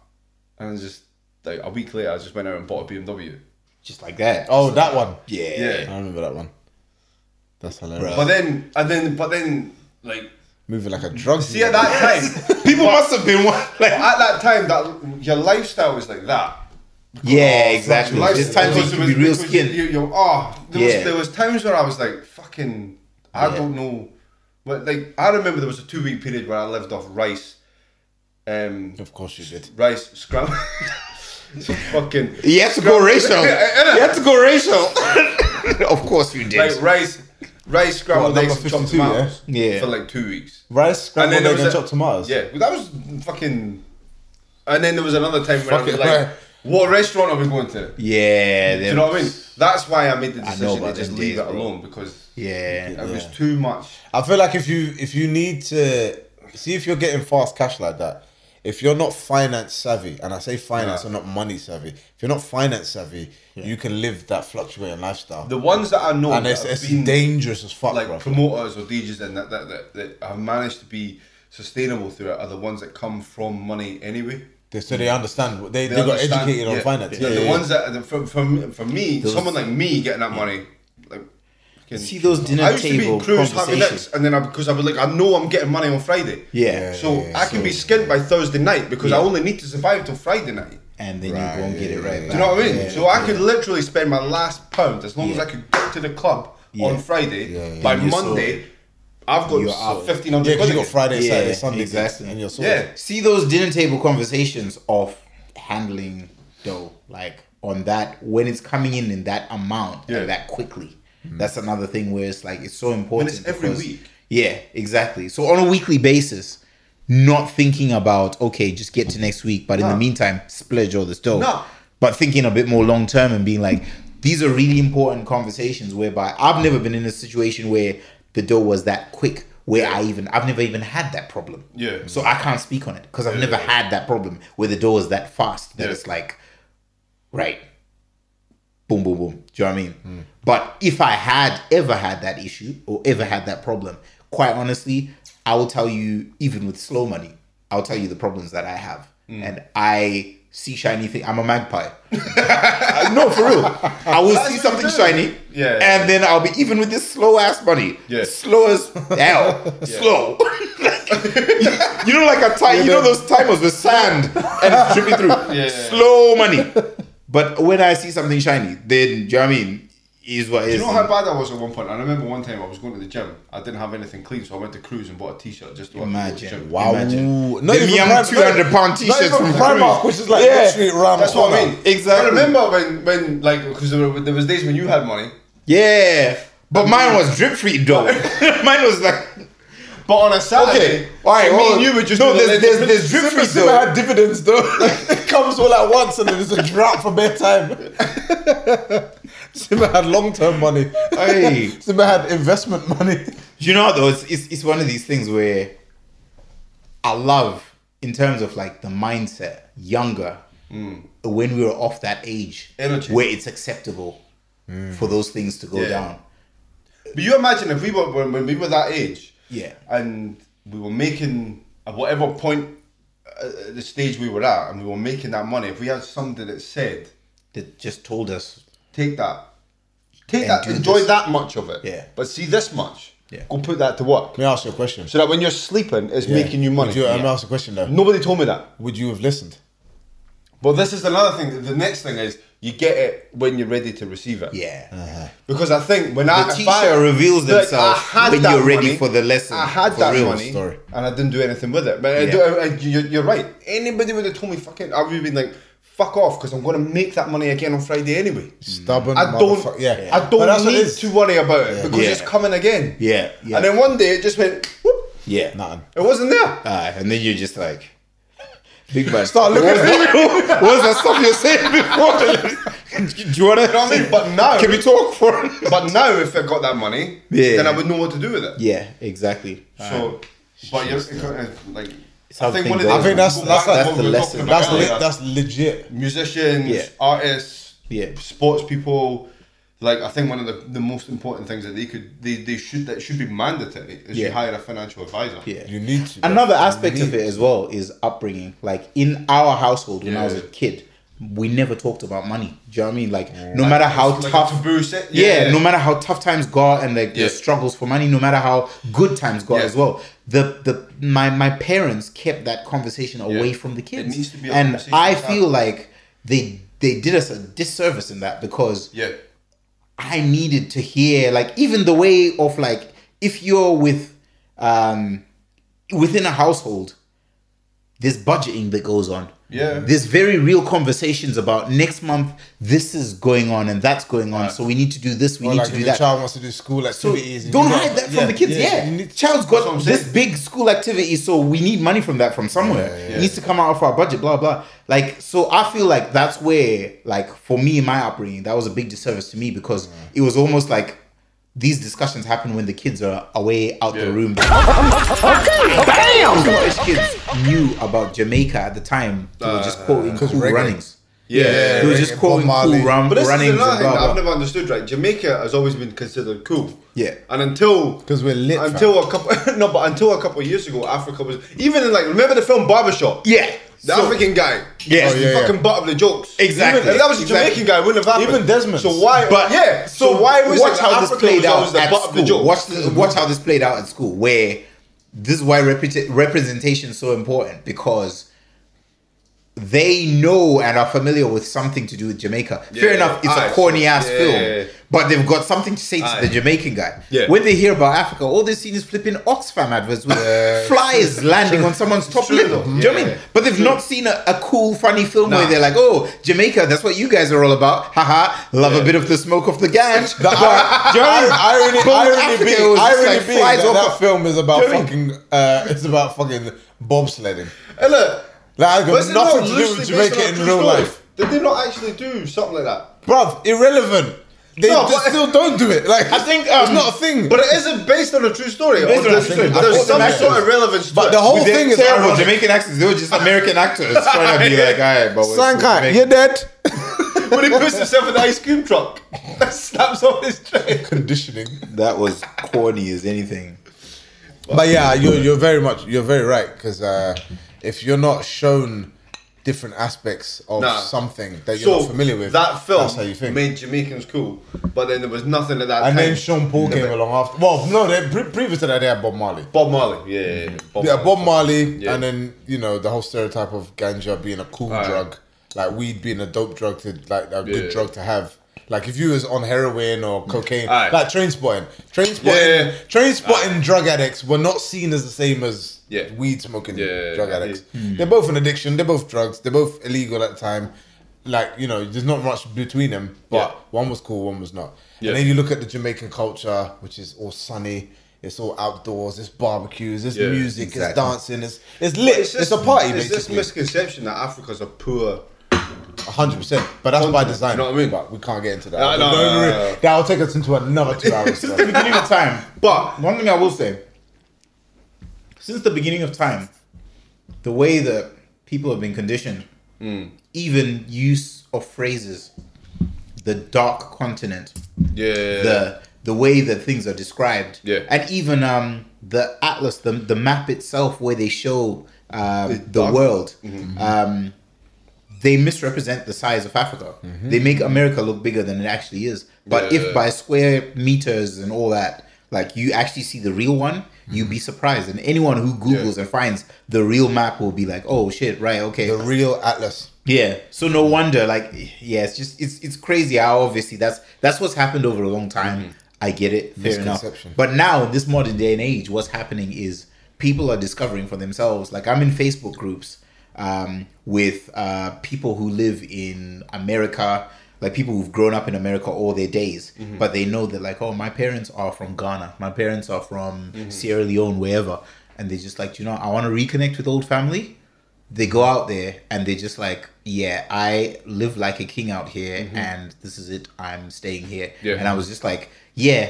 and I just like a week later, I just went out and bought a BMW.
just like that.
Oh, that one.
yeah.
Yeah.
I remember that one. That's hilarious.
But then, and then, but then, like,
Moving like a drug.
see at that time,
<laughs> People must have been one. <laughs> Like,
at that time, that your lifestyle was like that.
yeah, exactly.
Like,
There's times where
because
you
it
can
was-
be real
because you-
skin.
You, you, oh, there,
Yeah.
was, there was times where I was like, fucking, I
Yeah.
don't know. But like, I remember there was a two week period where I lived off rice, um,
Of course you did.
rice <laughs> scramble. fucking
You had to
<laughs>
go racial. You
Innit?
had to go racial. <laughs> of course you did.
like rice, rice scrambled
What, number
eggs and chopped
52, yeah?
tomatoes
Yeah.
for like two weeks.
Rice,
And then
scrambled egg,
there was
and
a-
chopped tomatoes.
Yeah, but that was fucking. And then there was another time where I
Fuck
was
it,
like,
right.
what restaurant are we going to?
yeah.
Do you know what I mean? That's why I made the
know
decision to
about
just
them
leave
days,
it
bro.
alone because
Yeah.
it was
Yeah.
too much.
I feel like if you if you need to see if you're getting fast cash like that, if you're not finance savvy, and I say finance
Yeah.
and not money savvy, if you're not finance savvy, you can live that fluctuating lifestyle.
The ones that I know
and
that
it's,
have
it's
been
dangerous as fuck,
like
bro.
promoters or DJs and that, that that that have managed to be sustainable through it are the ones that come from money anyway.
They- so they understand. They, they, got
understand-
educated on
yeah.
finance.
The,
Yeah,
the
yeah,
ones that for for me, for me someone like me getting that money, like fucking.
See those dinner
I used to be
table
in crews having
conversations.
this, and then I, because I was like, I know I'm getting money on Friday.
Yeah.
So I can be skint by Thursday night because I
Yeah.
only need to survive till Friday night.
and then you won't get it right back.
Do you know what I mean?
Yeah.
so I could literally spend my last pound as long as I could get to the club on
Yeah.
Friday. By
You're
Monday, I've got
You're out.
fifteen hundred.
Yeah, because you got Friday,
Yeah,
Saturday, Sunday,
exactly.
and you're sort of-
Yeah.
see those dinner table conversations of handling dough like on that when it's coming in in that amount
Yeah. Mm-hmm.
and that quickly that's another thing where it's like it's so important
every
because-
week.
yeah exactly so on a weekly basis not thinking about okay just get to next week but in the meantime splurge all this dough
No.
but thinking a bit more long term and being like these are really important conversations whereby i've never been in a situation where the dough was that quick where i even i've never even had that problem
Yeah.
so I can't speak on it because I've never had that problem where the door is that fast that
Yeah.
it's like, right, boom, boom, boom. Do you know what I mean?
Hmm.
But if I had ever had that issue or ever had that problem, quite honestly, I will tell you, even with slow money, I'll tell you the problems that I have.
Hmm.
And I see shiny thing. I'm a magpie. <laughs> Uh, no, for real. I will see something shiny.
Yeah.
And then I'll be even with this slow ass money.
Yeah.
Slow
<laughs>
as hell. Slow. <laughs> You know, like a time, you know those timers with sand and it's dripping
<laughs>
through.
yeah, yeah.
Slow money. But when I see something shiny, then do you know what I mean? Is what is.
You know how bad I was at one point? I remember one time I was going to the gym. I didn't have anything clean, so I went to cruise and bought a t-shirt just to have to go to the
Imagine.
gym.
Wow.
Imagine.
Not
The
even
young
Prime-
200
not-
pound
not
t-shirts
even
from
Primark,
Cruise.
which is like
Yeah.
literally round
That's
the
what I
corner.
mean.
Exactly.
I remember when, when like, because there, were- there was days when you had money,
Yeah. But mine was drip free though. <laughs> mine was like.
but on a Saturday,
Okay. All right.
me
hold
and
on.
you were just
no.
doing
There's
the-
there's, there's drip free
Simba
though.
had dividends though. <laughs> it comes all at once and then it's a drought for
<laughs>
bedtime. Simba had long term money.
Hey. <laughs>
Simba had investment money.
you know though it's, it's it's one of these things where i love in terms of like the mindset younger when we were off that age
Mm. Energy.
where it's acceptable for those things to go
Yeah.
down
But you imagine if we were when, when we were that age,
Yeah.
and we were making at whatever point uh, at the stage we were at, and we were making that money. If we had something that said,
that just told us
"Take that, take
And
that,
do
enjoy
this."
that much of it,
Yeah.
but see this much,
Yeah.
go put that to work,
Let me ask you a question.
so that when you're sleeping, it's making you money."
Would you, Let me ask you a question though.
Nobody told me that.
Would you have listened?
But this is another thing. The next thing is you get it when you're ready to receive it.
yeah
Because I think when
The
I
teacher
fire
reveals themselves when you're ready for the lesson,
I had
for
that
real
money,
story.
and I didn't do anything with it. But I
Yeah.
do- I- I- you're, you're right. Anybody would have told me, "Fucking," I would have been like, "Fuck off," because I'm going to make that money again on Friday
Mm.
anyway.
Stubborn.
I don't.
motherfuck- Yeah.
I
But that's
don't
what it
need
is.
to worry about it because
Yeah.
it's coming again.
yeah yeah
And then one day it just went. Whoop,
yeah
Nothing.
it wasn't there.
Aye, and then you're just like <laughs> big man
Start looking at
<laughs> what was that stuff you were saying before <laughs> do you want to
You know what I
<laughs>
mean? But now,
can we talk for
but now, if I got that money,
Yeah.
then I would know what to do with it.
yeah exactly Um,
So, but you're it kind of, like, I
how
think
things
one of the,
go.
I think that's-
go
that's like-
back to what we
that's the
were
lesson.
talking about
That's le-
earlier.
that's legit.
musicians,
Yeah.
artists,
Yeah.
sports people. Like I think one of the, the most important things that they could they, they should that should be mandatory is you
Yeah.
hire a financial advisor.
Yeah.
You need to.
Another aspect of it as well is upbringing. Like in our household when I was a
Yeah.
kid, we never talked about money. Do you know what I mean? Like no matter how
Like a
tough
taboo set.
yeah, no matter how tough times got and like
Yeah.
the struggles for money, no matter how good times got
Yeah.
as well. The the my my parents kept that conversation away from the kids.
needs to be a
and
conversation
I
about
feel
it.
like they they did us a disservice in that because
yeah.
I needed to hear like even the way of like if you're with um within a household there's budgeting that goes on.
Yeah.
There's very real conversations about next month this is going on and that's going on so we need to do this we
Or
need
like
to
if
do
your
that.
child wants to do school
so
activities. and
don't
you
hide that from the kids. Yeah.
You
<laughs>
need to-
Child's
what
got
I'm
this
saying.
big school activity so we need money from that from somewhere. It needs to come out of our budget blah blah. Like so I feel like that's where like for me in my upbringing that was a big disservice to me because it was almost like these discussions happen when the kids are away out the
<laughs>
room. Scottish kids knew about Jamaica at the time. They were just quoting cool
Uh,
reggae.
runnings.
Yeah,
he was just
Bob
quoting
Marley.
cool rum,
But this
runnings
is
and
another thing
blah,
that
blah.
I've never understood, right? Jamaica has always been considered cool.
Yeah.
And until
'Cause we're lit, fam.
Until a couple <laughs> no, but until a couple of years ago, Africa was even in like remember the film Barbershop?
yeah,
The
So-
African guy.
Yeah.
was
Oh,
the
yeah, yeah.
fucking butt of the jokes.
Exactly.
Even, if that was a Jamaican guy, it wouldn't have happened.
Even Desmond's.
So why
But
yeah. So, why was
watch
it
how
that
this
Africa
played
was always
out
the
at
butt of the
school.
joke?
Watch, this, watch how this played out at school, where this is why repre- representation is so important because they know and are familiar with something to do with Jamaica. Fair
Yeah,
enough, it's
aye,
a corny ass
yeah,
film,
yeah, yeah.
but they've got something to say to
Aye.
the Jamaican guy.
Yeah.
When they hear about Africa, all they've seen is flipping Oxfam adverts with flies landing
<laughs>
on someone's top
true
lip.
though.
Do you know what I
Yeah.
mean? But they've not seen a, a cool, funny film where
Nah.
they're like, "Oh, Jamaica, that's what you guys are all about." Haha, love a bit of the smoke off the ganj.
The ir- ir- irony,
But with
irony
Africa, it
being,
was just
irony
like
being
flies
that,
off
that
a-
film is about
Do you know what I
fucking, uh, it's about fucking bobsledding.
Hey, look.
That has
wasn't it
got nothing
not
to do
loosely
with
based on a
Jamaica in
true
real
story?
life,
Did they not actually do something like that?
bruv. Irrelevant. They
No,
just
but-
still don't do it. Like
I think,
it's
um,
not a thing.
But it isn't based on a true story.
Based on a
There's,
true story.
there's
I thought
some
the
sort
actors-
of relevance to
but
it.
the whole
They're
thing is
terrible
ironic.
Jamaican accents. They were just American <laughs> actors trying to be like, "All right, but we're- we're
Sankai,
Jamaican."
you're dead.
<laughs> when he puts himself in the ice cream truck, <laughs> that snaps on his
<laughs>
train.
Conditioning.
That was corny as anything.
But yeah, you're you're very much you're very right because uh, if you're not shown different aspects of
Nah.
something that you're not familiar with,
that film
that's how you think.
made Jamaicans cool, but then there was nothing at that
And
time.
then Sean Paul came along after. Well, no, they, pre- previous to that, they had Bob Marley.
Bob Marley, yeah, yeah, yeah. Bob
Yeah,
Marley.
Bob Marley,
Yeah.
and then you know the whole stereotype of ganja being a cool
Aye.
drug, like weed being a dope drug to like a good
Yeah.
drug to have. Like if you was on heroin or cocaine,
Aye.
like train spotting, train spotting,
Yeah.
train spotting drug addicts were not seen as the same as
Yeah.
weed smoking
Yeah,
drug
yeah,
addicts. They're both an addiction. They're both drugs. They're both illegal at the time. Like you know, there's not much between them, but
Yeah.
one was cool, one was not.
Yeah.
And then you look at the Jamaican culture, which is all sunny. It's all outdoors. It's barbecues. It's
Yeah,
music. It's
exactly.
dancing. It's it's lit.
It's,
It's,
just,
a party,
It's this
basically.
misconception that Africa's a poor.
hundred percent. But that's by
Content,
design.
you know what I mean?
But we can't get into that.
No, no,
Don't
no,
worry.
no, no.
That'll take us into another two
<laughs>
<laughs>
hours.
Since the beginning of time,
But
one thing I will say, since the beginning of time, the way that people have been conditioned, even use of phrases, the dark continent,
yeah,
the the way that things are described,
Yeah.
and even um the atlas, the the map itself, where they show um, the
dark- Mm-hmm.
world, um, they misrepresent the size of Africa. They make America look bigger than it actually is. But
Mm-hmm. Yeah.
if by square meters and all that, like you actually see the real one,
Mm-hmm.
you'd be surprised. And anyone who Googles and finds the real map will be like, "Oh shit, right? Okay,
the real atlas.
yeah. So no wonder, like, yeah, it's just it's it's crazy how obviously that's that's what's happened over a long time. I get it, fair enough.
Misconception.
But now in this modern day and age, what's happening is people are discovering for themselves. Like I'm in Facebook groups um, with uh, people who live in America, like people who've grown up in America all their days, but they know that like, oh, my parents are from Ghana, my parents are from Sierra Leone, wherever, and they're just like, you know, I want to reconnect with old family they go out there and they're just like, yeah, I live like a king out here, and this is it. I'm staying here.
Mm-hmm. Yeah.
And I was just like, yeah,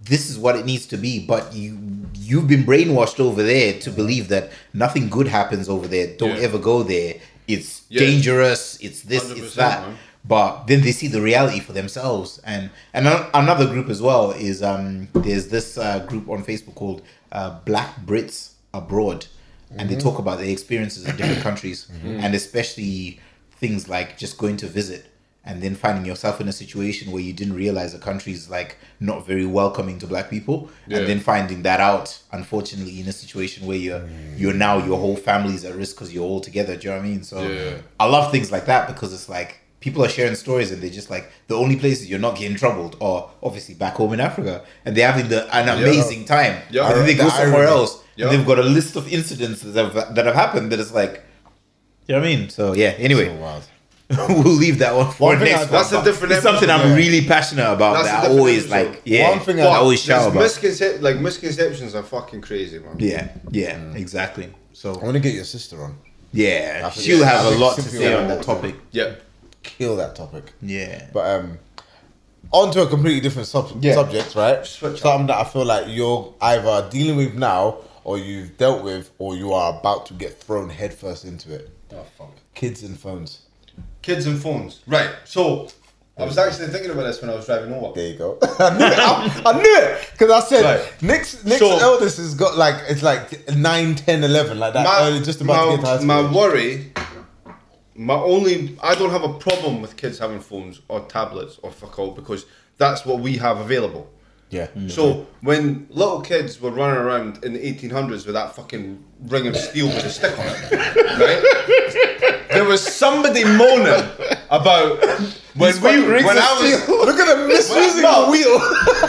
this is what it needs to be. But you you've been brainwashed over there to believe that nothing good happens over there. Don't
Yeah.
ever go there. It's
Yeah.
dangerous. It's this. It's
100%,
that.
man.
But then they see the reality for themselves, and and an- another group as well is um there's this uh, group on Facebook called uh, Black Brits Abroad, and they talk about their experiences in different countries, and especially things like just going to visit and then finding yourself in a situation where you didn't realize the country's like not very welcoming to black people and then finding that out unfortunately in a situation where you're you're now your whole family's at risk because you're all together do you know what i mean so
Yeah.
I love things like that because it's like people are sharing stories and they're just like the only places you're not getting troubled are obviously back home in Africa and they're having the, an amazing time.
Yeah.
And then they
The
go somewhere
irony.
else
Yeah.
and they've got a list of incidents that have, that have happened that it's like, you know what I mean? So yeah. Anyway,
So wild.
<laughs> we'll leave that one for
One thing
next.
I-
one.
that's a different
It's something
episode,
I'm
yeah.
really passionate about.
That's a
that I
different
always
episode.
like. Yeah.
One thing I-
I always shout
there's
about.
misconcep- like misconceptions are fucking crazy, man.
yeah. Yeah. Exactly.
I
So
want to get your sister on.
yeah,
That's-
she'll
yeah,
have
I
a
think
lot to
Cynthia
say
will
on that
want
topic.
Yeah.
Kill that topic.
Yeah.
But um, onto a completely different sub-
Yeah.
subject, right?
Switch
Something that I feel like you're either dealing with now, or you've dealt with, or you are about to get thrown headfirst into it.
Oh, fuck.
Kids and phones.
Kids and phones. Right. So I was actually thinking about this when I was driving over.
There you go. <laughs> I knew it. I, I knew it because I said
Right.
Nick's Nick's
So-
eldest has got like it's like 9, 10, 11, like that. early, Oh, just about
my,
to get to high school.
my worry, my only, I don't have a problem with kids having phones or tablets or fuck all because that's what we have available.
yeah.
So when little kids were running around in the 1800s with that fucking ring of steel with a stick on it, <laughs> right? There was somebody moaning about when we
Fucking rings
when
of
I was <laughs>
steel. look at them misusing
No.
the wheel.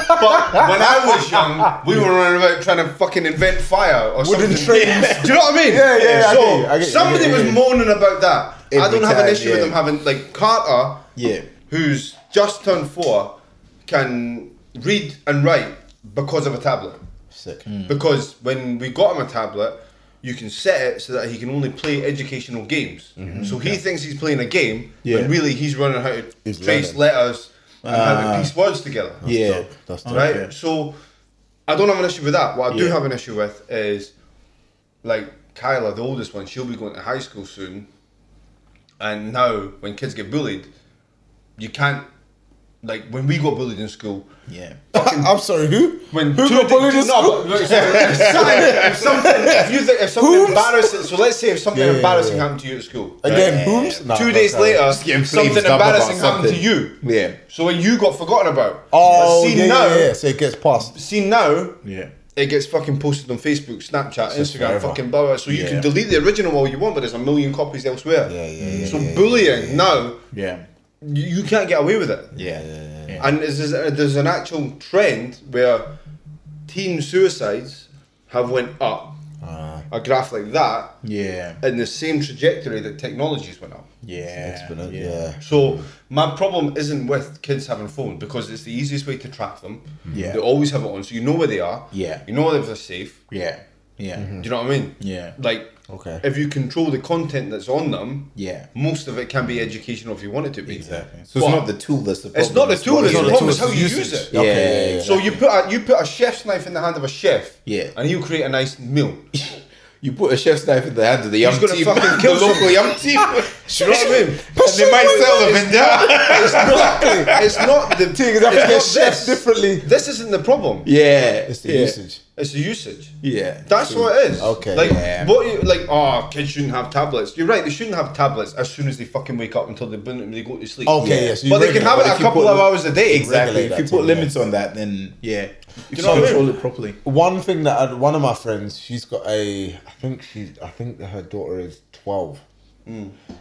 <laughs> but when I was young, we were running about trying to fucking invent fire or
Wooden
something.
trains.
Do you know what I mean?
Yeah, yeah, yeah, I get
So
you, I get you,
somebody
yeah, yeah,
was
yeah.
moaning about that. I
Every
don't have an
time,
issue with
yeah.
them having like Carter,
Yeah.
who's just turned four, can read and write because of a tablet.
Sick.
Because when we got him a tablet, you can set it so that he can only play educational games. So he thinks he's playing a game,
Yeah.
when really he's learning how to
He's
trace
learning.
letters and how to piece words together.
Yeah.
<laughs> That's
Right? So I don't have an issue with that. What I do have an issue with is like Kyla, the oldest one, she'll be going to high school soon. And now when kids get bullied, you can't like when we got bullied in school,
Yeah.
I'm sorry, who?
when
who
two
got
di-
bullied in
no,
school?
but look, so if something,
<laughs>
if something, if you think if something
Whoops.
embarrassing, so let's say if something
Yeah, yeah,
embarrassing
yeah.
happened to you at school,
Again,
right?
booms? Nah,
two
fuck
days
that.
later,
getting
something
flamed up about
embarrassing happened to
something.
you.
Yeah.
So when you got forgotten about,
Oh,
but see
yeah,
now,
yeah, yeah. So it gets passed.
see now,
Yeah.
it gets fucking posted on Facebook, Snapchat, Instagram,
forever.
fucking blah blah. So you can
Yeah.
delete the original all you want, but there's a million copies elsewhere. Mm.
Yeah, yeah, yeah,
so
yeah, yeah,
bullying now,
Yeah.
you, you can't get away with it.
Yeah.
And there's, there's- there's an actual trend where teen suicides have went up.
Uh.
a graph like that
Yeah.
in the same trajectory that technologies went up.
Yeah.
But, uh,
Yeah.
yeah.
So my problem isn't with kids having phones because it's the easiest way to track them.
Yeah.
They always have it on, so you know where they are.
Yeah.
You know if they're safe.
Yeah. Yeah.
Do you know what I mean?
Yeah.
Like,
Okay.
if you control the content that's on them,
Yeah.
most of it can be educational if you want it to be.
Exactly. So it's
But
not the tool that's the problem.
It's not the tool.
what
It's
you
the
do.
problem.
tool,
It's how
it's
you
usage.
use it.
Yeah.
Okay, yeah,
yeah,
yeah.
yeah.
So you put a, you put a chef's knife in the hand of a chef,
Yeah.
and he'll create a nice meal.
You put a chef's knife in the hand of the young
He's gonna
team,
fucking kill
<laughs> the local
someone.
young team.
Do <laughs> you know what I
<laughs>
mean?
and they might sell them in there.
It's not. It's not the.
Tigger, that
it's
gets
not
chefed
this.
differently.
This isn't the problem.
<laughs> Yeah.
It's the
yeah.
usage.
It's the usage.
Yeah.
That's what it is.
Okay,
Like
yeah.
what you like? Oh, kids shouldn't have tablets. You're right. They shouldn't have tablets as soon as they fucking wake up until they they go to sleep.
Okay, yeah, so you
but they can
regulate-
have
but
it
if
a
you
couple
put
of
them-
hours a day.
Regulate
Exactly. If
that
you
thing,
put limits
yeah.
on that, then yeah, if you
know what I mean?
control it properly.
One thing that i one of my friends, she's got a, I think she, I think her daughter is twelve,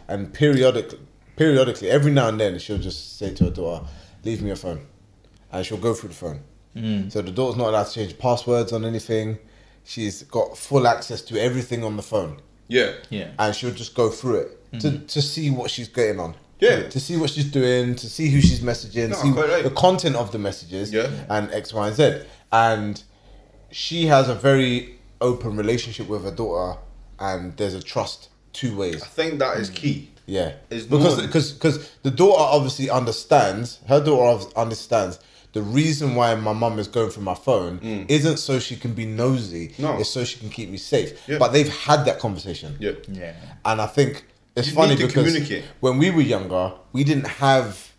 and periodic, periodically, every now and then, she'll just say to her daughter, "Leave me your phone," and she'll go through the phone. So the daughter's not allowed to change passwords on anything. She's got full access to everything on the phone,
Yeah.
Yeah.
and she'll just go through it to, to see what she's getting on.
Mm-hmm. Yeah.
To see what she's doing, to see who she's messaging,
No,
see
quite right.
the content of the messages,
Yeah.
and X, Y, and Z. And she has a very open relationship with her daughter, and there's a trust two ways.
I think that is key.
Yeah,
It's
because
known.
because because the daughter obviously understands. Her daughter obvi- understands the reason why my mum is going through my phone isn't so she can be nosy.
Mm. No.
it's so she can keep me safe.
Yeah.
But they've had that conversation.
Yeah.
Yeah.
And I think it's
You
funny
need to
because
communicate.
when we were younger, we didn't have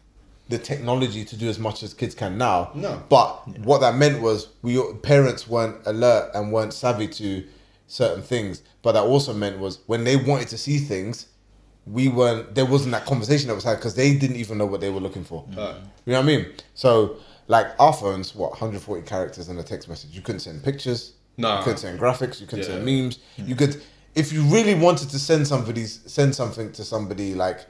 the technology to do as much as kids can now.
No.
But what that meant was we parents weren't alert and weren't savvy to certain things. But that also meant was when they wanted to see things, we weren't. There wasn't that conversation that was had because they didn't even know what they were looking for.
Oh, Uh,
You know what I mean? So like our phones, what 140 characters in a text message. You couldn't send pictures.
No.
You couldn't send graphics. You couldn't
Yeah.
send memes. You could, if you really wanted to send somebody, send something to somebody like,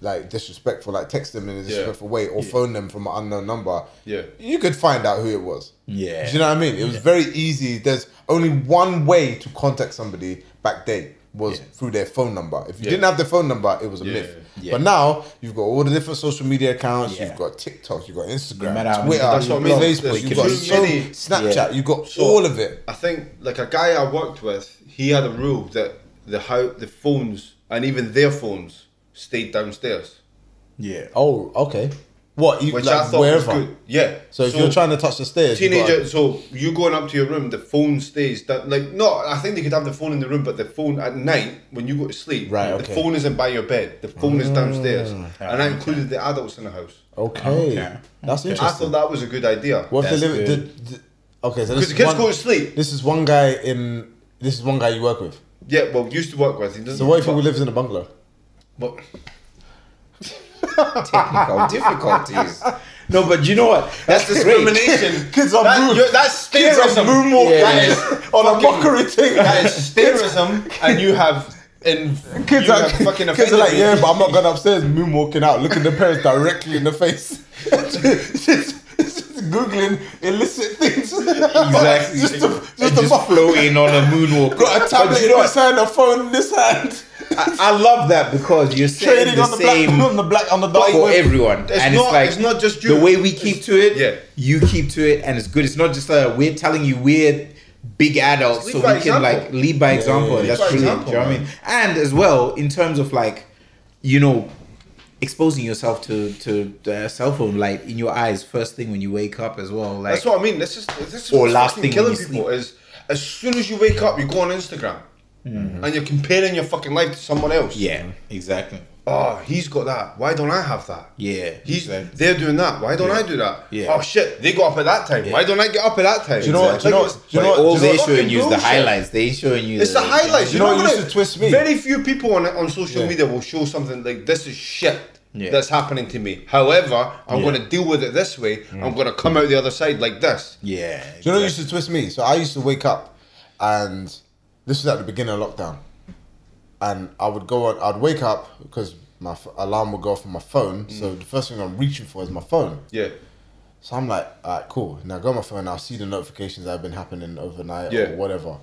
like disrespectful, like text them in a disrespectful way or phone them from an unknown number.
Yeah. Mm.
you could find out who it was.
Yeah.
do you know what I mean? It was very easy. There's only one way to contact somebody back then was through their phone number. If you
Yeah.
didn't have their phone number, it was a
Yeah.
myth.
Yeah.
But now you've got all the different social media accounts.
Yeah.
You've got TikTok. You've got Instagram,
No matter how many
Twitter,
That's
what I mean.
Facebook.
There's
You've got
too
so,
many-
Snapchat.
Yeah.
You've got
So-
all of it.
I think like a guy I worked with, he had a rule that the how the phones and even their phones stayed downstairs.
Yeah.
Oh, okay. What you
which
like,
I thought
wherever.
was good. Yeah.
So if you're trying to touch the stairs, you
teenager,
gotta-
so you going up to your room, the phone stays down. Like no, I think they could have the phone in the room, but the phone at night when you go to sleep,
Right,
the
okay. Mm.
phone isn't by your bed. The phone is downstairs, and that included the adults in the house.
okay. that's
I
interesting.
thought that was a good idea.
What if they
That's
live?
good.
Did, did, okay, so this
Because
is
the kids
one,
go to sleep.
This is one guy in. This is one guy you work with.
Yeah, well, used to work with. He doesn't.
So what if he
but-
lives in a bungalow?
but-
Technical difficulties.
No, but you know
<laughs>
what?
that's
great.
discrimination.
Kids on
That-
moon-
you're- that's terrorism.
moonwalk
That
yeah.
is
<laughs> on a <laughs>
fucking-
mockery thing.
That
<laughs>
is terrorism, and you have in
Kids
you
are,
have fucking
kids are
offended
like,
me.
yeah, but I'm not going upstairs, moonwalking out, looking the parents directly in the <laughs> face. just, just Googling illicit things.
Exactly.
<laughs> just a,
They're
just a
just
muffler.
floating on a moonwalk.
<laughs> Got a tablet in this hand, a phone in this hand.
I, I love that because you're saying
<laughs> Trading
the
on the, black,
same
on the black, on the dark
for
web.
everyone,
It's
and
not-
it's like
it's not just you.
The way we keep to it,
yeah.
you keep to it, and it's good. It's not just uh, we're telling you we're big adults,
Lead
so we
by
can
example.
like lead by
yeah,
example.
yeah.
That's
Lead by
brilliant.
example,
do you know what I
man.
mean? And as well, in terms of like, you know, exposing yourself to to the cell phone light in your eyes first thing when you wake up as well. Like,
That's what I mean. This is this is
Or
what's
last
fucking
thing
killing
when you
people is as soon as you wake up, you go on Instagram
Mm-hmm.
and you're comparing your fucking life to someone else.
yeah, exactly.
Oh, he's got that. Why don't I have that?
Yeah,
He's
exactly.
they're doing that. Why don't I do that?
Yeah.
Oh shit, they got up at that time. Why don't I get up at that time?
you know what- do you know what- do you know
Like,
what-
All
do you
they
know what-
showing you is the
bullshit.
highlights. They ain't showing you.
It's the highlights.
You know
not
what
gonna-
used to twist me?
Very few people on on social
Yeah.
media will show something like this is shit
Yeah.
that's happening to me. However, I'm going to deal with it this way.
Mm.
I'm going to come out the other side like this.
Yeah.
Do you know what used to twist me? So I used to wake up, and this was at the beginning of lockdown, and I would go on. I'd wake up because my f- alarm would go off on my phone.
Mm.
So the first thing I'm reaching for is my phone.
Yeah.
So I'm like, all right, cool. Now I go on my phone. I'll see the notifications that have been happening overnight
Yeah.
or whatever,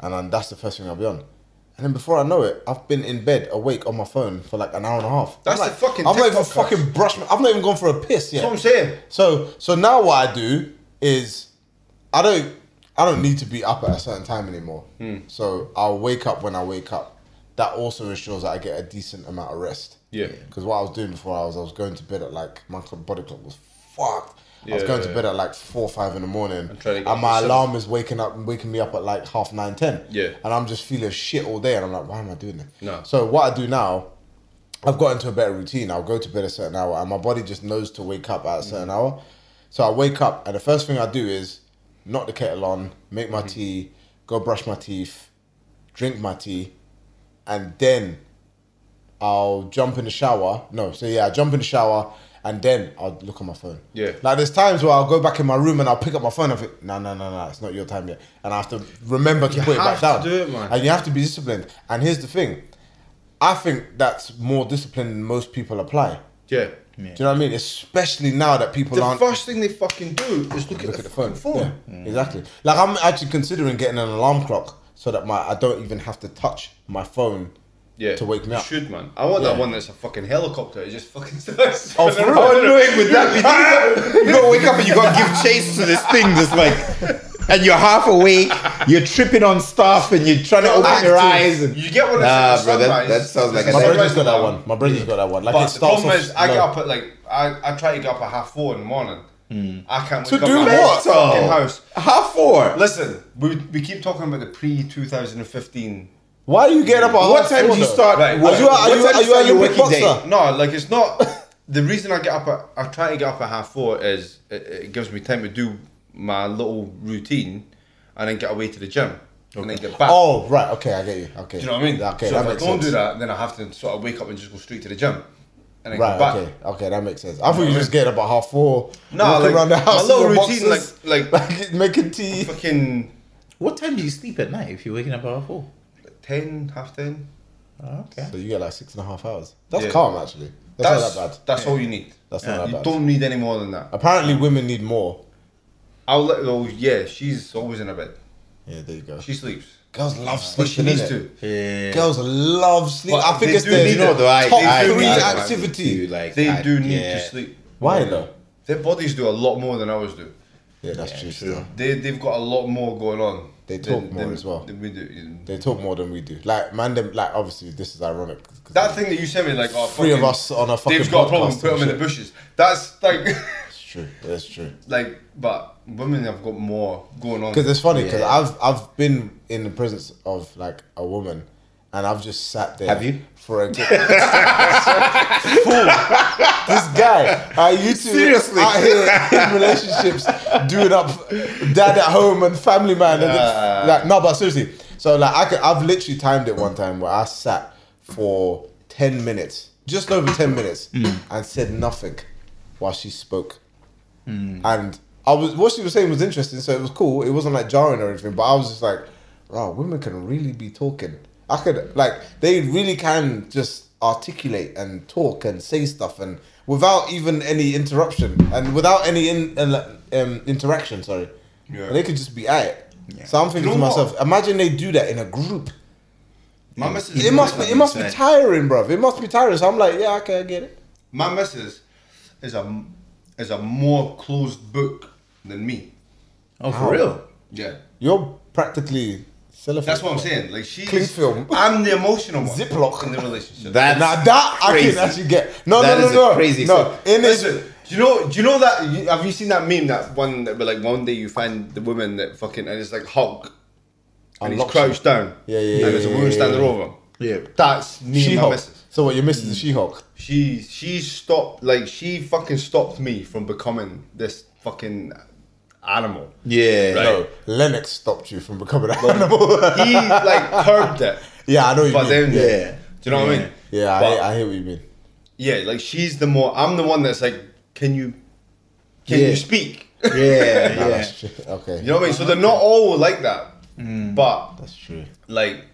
and then that's the first thing I'll be on. And then before I know it, I've been in bed awake on my phone for like an hour and a half.
That's
I'm
the
like,
fucking
I've not even
TikTok curse.
fucking brushed. My, I've not even gone for a piss yet.
That's what I'm saying.
So so now what I do is I don't I don't need to be up at a certain time anymore.
Hmm.
So I'll wake up when I wake up. That also ensures that I get a decent amount of rest.
Yeah.
Because what I was doing before I was I was going to bed at like my cl- body clock was fucked. I was
Yeah,
going to
yeah.
bed at like four or five in the morning,
trying to get
and my
to
alarm is waking up waking me up at like half nine ten.
Yeah.
And I'm just feeling shit all day, and I'm like, why am I doing this?
No.
So what I do now I've got into a better routine. I'll go to bed a certain hour, and my body just knows to wake up at a
Mm.
certain hour. So I wake up, and the first thing I do is knock the kettle on, make
Mm-hmm.
my tea, go brush my teeth, drink my tea, and then I'll jump in the shower. No, so yeah, I jump in the shower, and then I'll look on my phone.
Yeah.
Like there's times where I'll go back in my room and I'll pick up my phone. I think, no, no, no, no, it's not your time yet, and I have to remember to put it back
have to
down.
do it, man.
And you have to be disciplined. And here's the thing. I think that's more discipline than most people apply.
Yeah.
Do you know what I mean? Especially now that people
The
aren't
first thing they fucking do is look,
look
at the phone. phone.
Yeah, exactly. Like I'm actually considering getting an alarm clock so that my I don't even have to touch my phone
Yeah.
to wake me
You
up.
should, man. I want that one that's a fucking helicopter. It just fucking <laughs> starts.
Oh, for real?
How annoying would that be? You gotta wake up and you gotta give chase to this thing that's like, <laughs> and you're half awake, you're tripping on stuff, and you're trying to
<laughs>
open your eyes. And,
You get one
Nah,
that's
bro,
at
that-
sunrise.
that sounds like
It's
My
a-
sunrise
brother's got that
alarm.
one. My brother's got that one. Like
But
it
the
starts
problem
off.
is, I get
slow.
up at like I, I try to get up at half four in the morning.
Hmm.
I can't wake
do
up at
what?
my fucking house.
Half four.
Listen, we, we keep talking about the pre 2015.
Why are you getting up at
What
half
time
four,
do you
though?
start?
Right,
Are you,
what
are you,
time
are
do
you, an
start your
Olympic
working day?
boxer?
No, like it's not. the reason I get up at I try to get up at half four is it, it gives me time to do my little routine, and then get away to the gym and then get back.
Oh right, okay, I get you. Okay,
Do you know what I mean?
Okay,
so
that
if I
makes
don't
sense.
do that, then I have to sort of wake up and just go straight to the gym, and then
Right.
go back.
Okay. Okay, that makes sense. I thought you were just getting up at half four,
No,
walking
like,
around the
my
house,
little
in your
routine,
boxers,
like-
<laughs> like making
<laughs>
tea.
Fucking
What time do you sleep at night if you're waking up at half four? Oh,
ten, half ten.
Okay.
So you get like six and a half hours. That's
Yeah.
calm, actually. That's,
That's
not that bad.
That's all you need.
That's not that
you
bad.
don't need any more than that.
Apparently, women need more.
I'll let. Oh yeah, she's always in her bed.
Yeah, there you go.
She sleeps,
Girls love
but she
sleeping.
needs
innit?
to.
Yeah.
Girls love sleep.
But
I think
they
it's
do
the
need
you know,
it.
the
I-
top
I-
three
I-
activity.
Like
They
I-
do need
yeah.
to sleep.
Why though?
Their bodies do a lot more than ours do.
Yeah, that's true. still.
They they've got a lot more going on.
They talk
than-
more
than-
as well.
than we do.
They talk more than we do. Like man, them like obviously this is ironic. 'cause
That thing that you sent me, like, oh,
Three of
fucking-
us on a fucking
Dave's got a problem.
podcast
Put
and
him in the
shit.
bushes. That's like, <laughs>
It's true. That's true.
like, but women have got more going on.
Because it's funny because I've I've been in the presence of like a woman, and I've just sat there.
Have you?
for a good? Fool. This guy, uh, you two
Seriously?
out here in relationships, doing up dad at home and family man, and
Yeah.
it's- like no, but seriously. So like I could, I've literally timed it one time where I sat for ten minutes, just over ten minutes, and said nothing while she spoke and I was what she was saying was interesting, so it was cool. It wasn't like jarring or anything, but I was just like, "Wow, women can really be talking. I could like they really can just articulate and talk and say stuff and without even any interruption and without any in, um, interaction. Sorry,
Yeah.
they could just be at it. So I'm thinking
You
to
know what?
myself, imagine they do that in a group.
my missus.
It must be it must be
Insane.
tiring, bruv. It must be tiring. So I'm like, yeah, okay, I get it.
My missus is a is a more closed book than me.
Oh, for real?
Yeah,
You're practically cellophane.
that's what I'm saying. Like she,
Cling film.
I'm the emotional
<laughs>
one.
Ziploc.
in the relationship.
That's
Now that I
crazy.
can actually get. No,
That
no,
is
no,
a
no.
crazy
no, in this,
Listen, do you know? Do you know that? you- Have you seen that meme? That one that where like one day you find the woman that fucking and it's like Hulk, and he's
Unlocks
crouched down.
Yeah, yeah, yeah,
And there's a
yeah,
woman
yeah,
standing
yeah.
over him.
Yeah.
That's me and my
She-Hulk.
missus.
So what? Your missus
Mm.
is She-Hulk.
She she stopped like she fucking stopped me from becoming this fucking
<laughs>
animal.
Yeah.
Right.
No, Lennox stopped you from becoming an animal.
He like curbed it.
yeah, I know what you
But
mean.
then
yeah,
Yeah.
Do you know what I mean?
yeah,
But-
I, I hear what you mean.
Yeah, like she's the more I'm the one that's like, Can you can
Yeah.
you speak?
Yeah. yeah.
<laughs> Nah, that's true. Okay,
You know what I mean? So they're not all like that.
Mm.
But
that's true.
like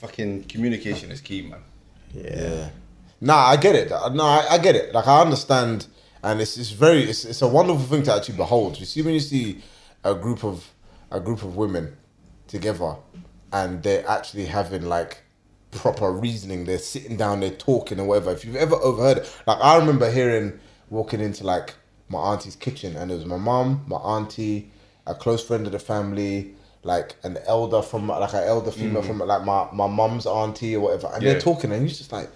fucking communication is key,
<laughs>
man.
Yeah. Nah, I get it. No, I, I get it. Like I understand, and it's it's very it's, it's a wonderful thing to actually behold. You see when you see a group of a group of women together, and they're actually having like proper reasoning. They're sitting down, they're talking or whatever. If you've ever overheard, it. like I remember hearing walking into like my auntie's kitchen, and it was my mum, my auntie, a close friend of the family. Like an elder from like an elder female from like my my mum's auntie or whatever, and
Yeah.
they're talking, and you're just like,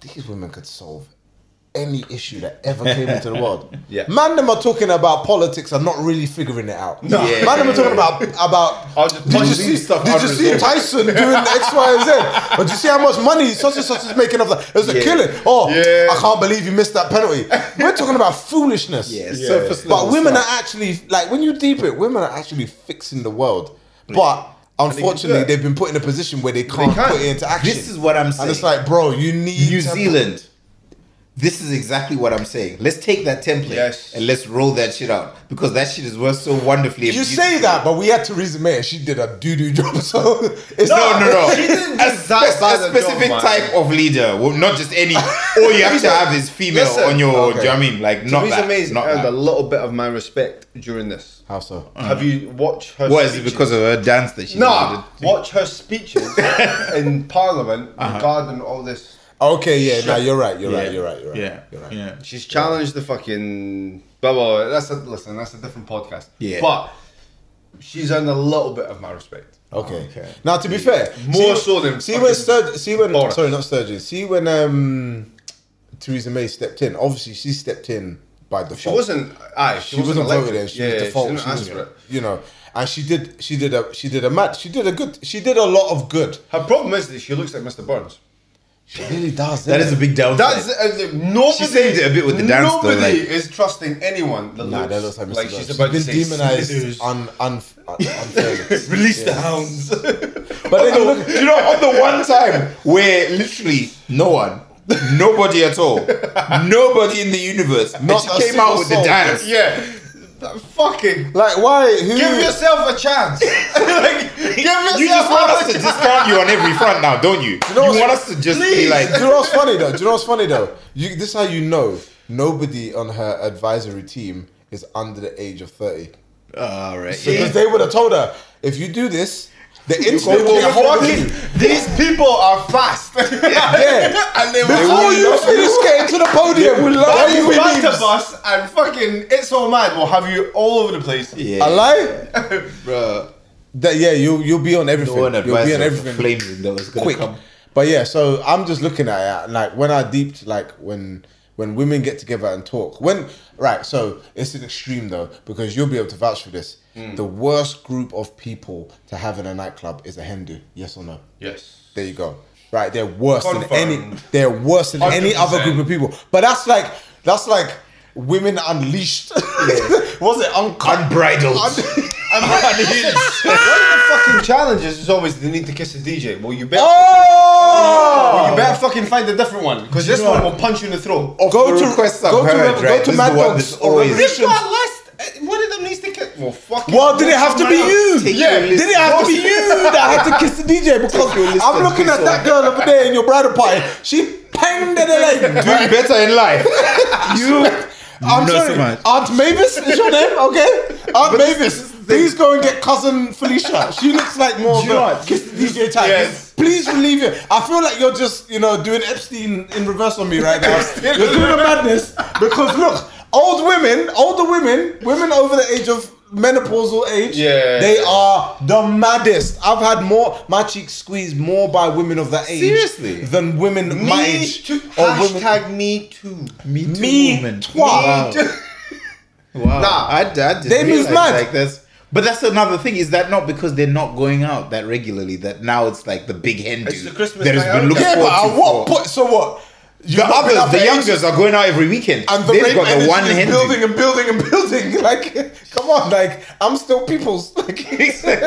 these women could solve any issue that ever came into the world.
Yeah.
Man, them are talking about politics and not really figuring it out. No.
Yeah.
Man, them are talking about about.
I was just
did you
punching
see
stuff
Did you see
unresolved.
Tyson doing X, Y, and Z? But you see how much money such and such is making off that? It was a killing. Oh,
Yeah.
I can't believe you missed that penalty. We're talking about foolishness.
Yeah, surface level
But women
stuff.
are actually like when you deep it, women are actually fixing the world. But unfortunately,
it.
they've been put in a position where they can't
can't.
put it into action.
This is what I'm saying.
And it's like, bro, you need
New
to-
Zealand. This is exactly what I'm saying. Let's take that template
Yes.
and let's roll that shit out because that shit is worth so wonderfully. and
You say
beautifully.
that, but we had Theresa May and she did a doo doo <laughs> job. So it's
No,
not- <laughs>
no, no.
She didn't
a,
just that
spe-
bad
a
a
specific
job, man.
type of leader, well, not just any. All you have to have is female
Listen,
on your.
okay.
Do you know what I mean? Like not
Theresa
that.
May's
not
earned a
that. Mm.
little bit of my respect during this.
How so?
Have you watched her
What is it
speeches?
because of her dance that she
Nah,
did?
watch her
<laughs>
speeches in Parliament
Uh-huh.
regarding all this
Okay, yeah, no, you're right, you're right,
Yeah.
you're right, you're right.
Yeah.
You're right.
Yeah.
She's challenged the fucking blah blah. blah. That's a listen. That's a different podcast.
Yeah.
But she's earned a little bit of my respect.
Okay.
Okay.
Now, to be fair,
More
see-
so than
see when
fucking
Sturg- see when
Boris.
sorry, not Sturgeon. See when um Theresa May stepped in. Obviously, she stepped in by default.
She
Oh.
wasn't. Aye, she,
she, wasn't voted in.
elected.
She
yeah,
was default.
She didn't
she
ask
was-
for it.
You know, and she did. She did a. She did a match. She did a good. She did a lot of good.
Her problem is that she looks like Mr. Burns.
She really does.
That
innit?
is a big downside.
That's uh, nobody.
She saved it a bit with the dance though,
Nobody
like-
is trusting anyone that
Nah,
looks,
that looks like, Mr.
like
Burns.
she's about
been
to say
demonized
"Snitches."
on un, un, unfairly.
Release the hounds.
But
<laughs>
then you look,
Do you know on the one time where literally no one, nobody at all, nobody in the universe,
Not
not
a
she came
single
out with the
soul.
<laughs>
dance.
Yeah. That Fucking.
like why? Who?
Give yourself a chance. <laughs> like, give yourself
You just want
a
us to discount you on every front now, don't you? You,
know what-
want us to just be
Like,
like,
do you know what's funny though? Do you know what's funny though? You, this is how you know nobody on her advisory team is under the age of thirty
all right,
because
yeah.
they would have told her if you do this, the internet will
You're
hold you.
walking. These people are fast. <laughs>
Yeah.
and they were
Before you finish getting to the podium, we love you.
you
with
bust
memes.
the bus Uh,
<laughs>
and fucking it's all mad. We'll have you all over the place.
yeah.
I lie.
bro.
That, yeah, you'll you'll be on everything.
No one
you'll be
advised
on
us the
everything.
flames that was gonna
quick.
come.
But yeah, so I'm just looking at it and, like when I deeped like when when women get together and talk. When right, so it's an extreme though because you'll be able to vouch for this. The worst group of people to have in a nightclub is a Hindu. Yes or no?
Yes.
There you go. Right, they're worse than any.
Confirmed.
They're worse than any other
100%.
group of people. But that's like that's like women unleashed. <laughs> Was it uncut?
Unbridled.
Un-
One of the fucking challenges is always they need to kiss a DJ. Well, you better,
oh!
you better fucking find a different one because this one will punch you in the throat.
Go
the
to
requests I've
go to
heard,
go
right,
to
this is
Mad
the one
Dog's
that's always-
They've
Original.
got less. eh, One of them needs to kiss. Well, fucking.
Well, did it have to be
Take
you?
Yeah,
your list
Did it have to be you that had to kiss the DJ? Because
your list
I'm
of
looking at
people.
that girl over there in your bridal party. She panged at the leg.
doing better in life. you.
I'm
No,
sorry,
so much.
Aunt Mavis is your name, okay? Aunt Mavis, please go and get cousin Felicia. She looks like more
Do you know
of a
what?
kiss the DJ type.
Yes.
Please relieve it. I feel like you're just, you know, doing Epstein in reverse on me right now.
<laughs>
you're doing a madness because look, old women, older women, women over the age of menopausal age,
Yeah.
they are the maddest. I've had more my cheeks squeezed more by women of that age
Seriously?
than women my
Me
age
too.
or women
Hashtag me too.
Me too.
Me
movement.
twa.
Wow. wow.
Nah.
I, I just
They move
realized,
mad.
Like this. But that's another thing. Is that not because they're not going out that regularly? That now it's like the big hen
It's
dude
the Christmas
that has
night
been
out.
looking
Yeah, but
forward to
at what
for-
point? So what? You
The
look it up
others, the
at ages,
youngers, are going out every weekend.
and the
They've
rape
got the
energy
one
is
hen
building
dude.
and building and building. <laughs> Like, come on, like I'm still people's. <laughs> Like,
<laughs>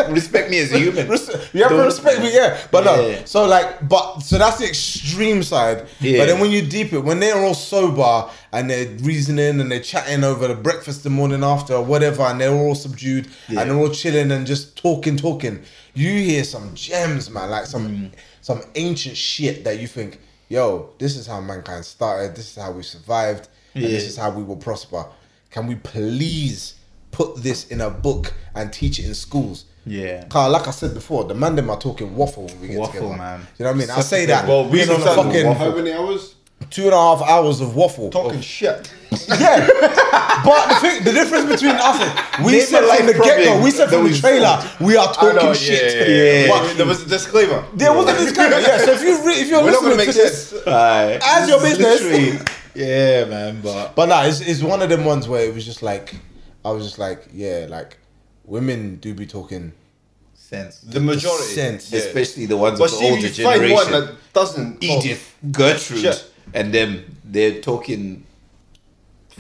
Respect me as
<laughs>
a human.
Res- you have to
Don't-
respect me, yeah. But no,
Yeah.
so like, but so that's the extreme side.
Yeah.
But then when you deep it, when they're all sober and they're reasoning and they're chatting over the breakfast the morning after or whatever, and they're all subdued and they're all chilling and just talking, talking. You hear some gems, man, like some
Mm.
some ancient shit that you think, yo, this is how mankind started. This is how we survived. And this
Yeah.
is how we will prosper. Can we please put this in a book and teach it in schools?
Yeah.
Carl, like I said before, the man them are talking waffle when we get
Waffle,
together.
man.
You know what I mean? I
Such
say
a
that.
thing.
Well, we've
been on a
done
fucking
how many hours?
two and a half hours of waffle.
Fucking shit.
<laughs> Yeah, but the thing, the difference between us, is we
Name
said
a
from
life
the get go,
problem
we said from
that
the
we
trailer, we are talking
know, yeah,
shit.
yeah,
yeah.
But
There was a disclaimer.
there was a disclaimer. Yeah, so if you re- if you're
We're not gonna
listening
make
to this,
this.
Aye.
As your
This is
business.
literally- Yeah, man. But
But nah, it's, it's one of them ones where it was just like, I was just like, yeah, like women do be talking
sense,
The majority.
Sense.
Yeah.
especially the ones
But
of the
see, if
older
you find
generation.
one that doesn't.
Edith, Gertrude,
Shit.
and them. They're talking.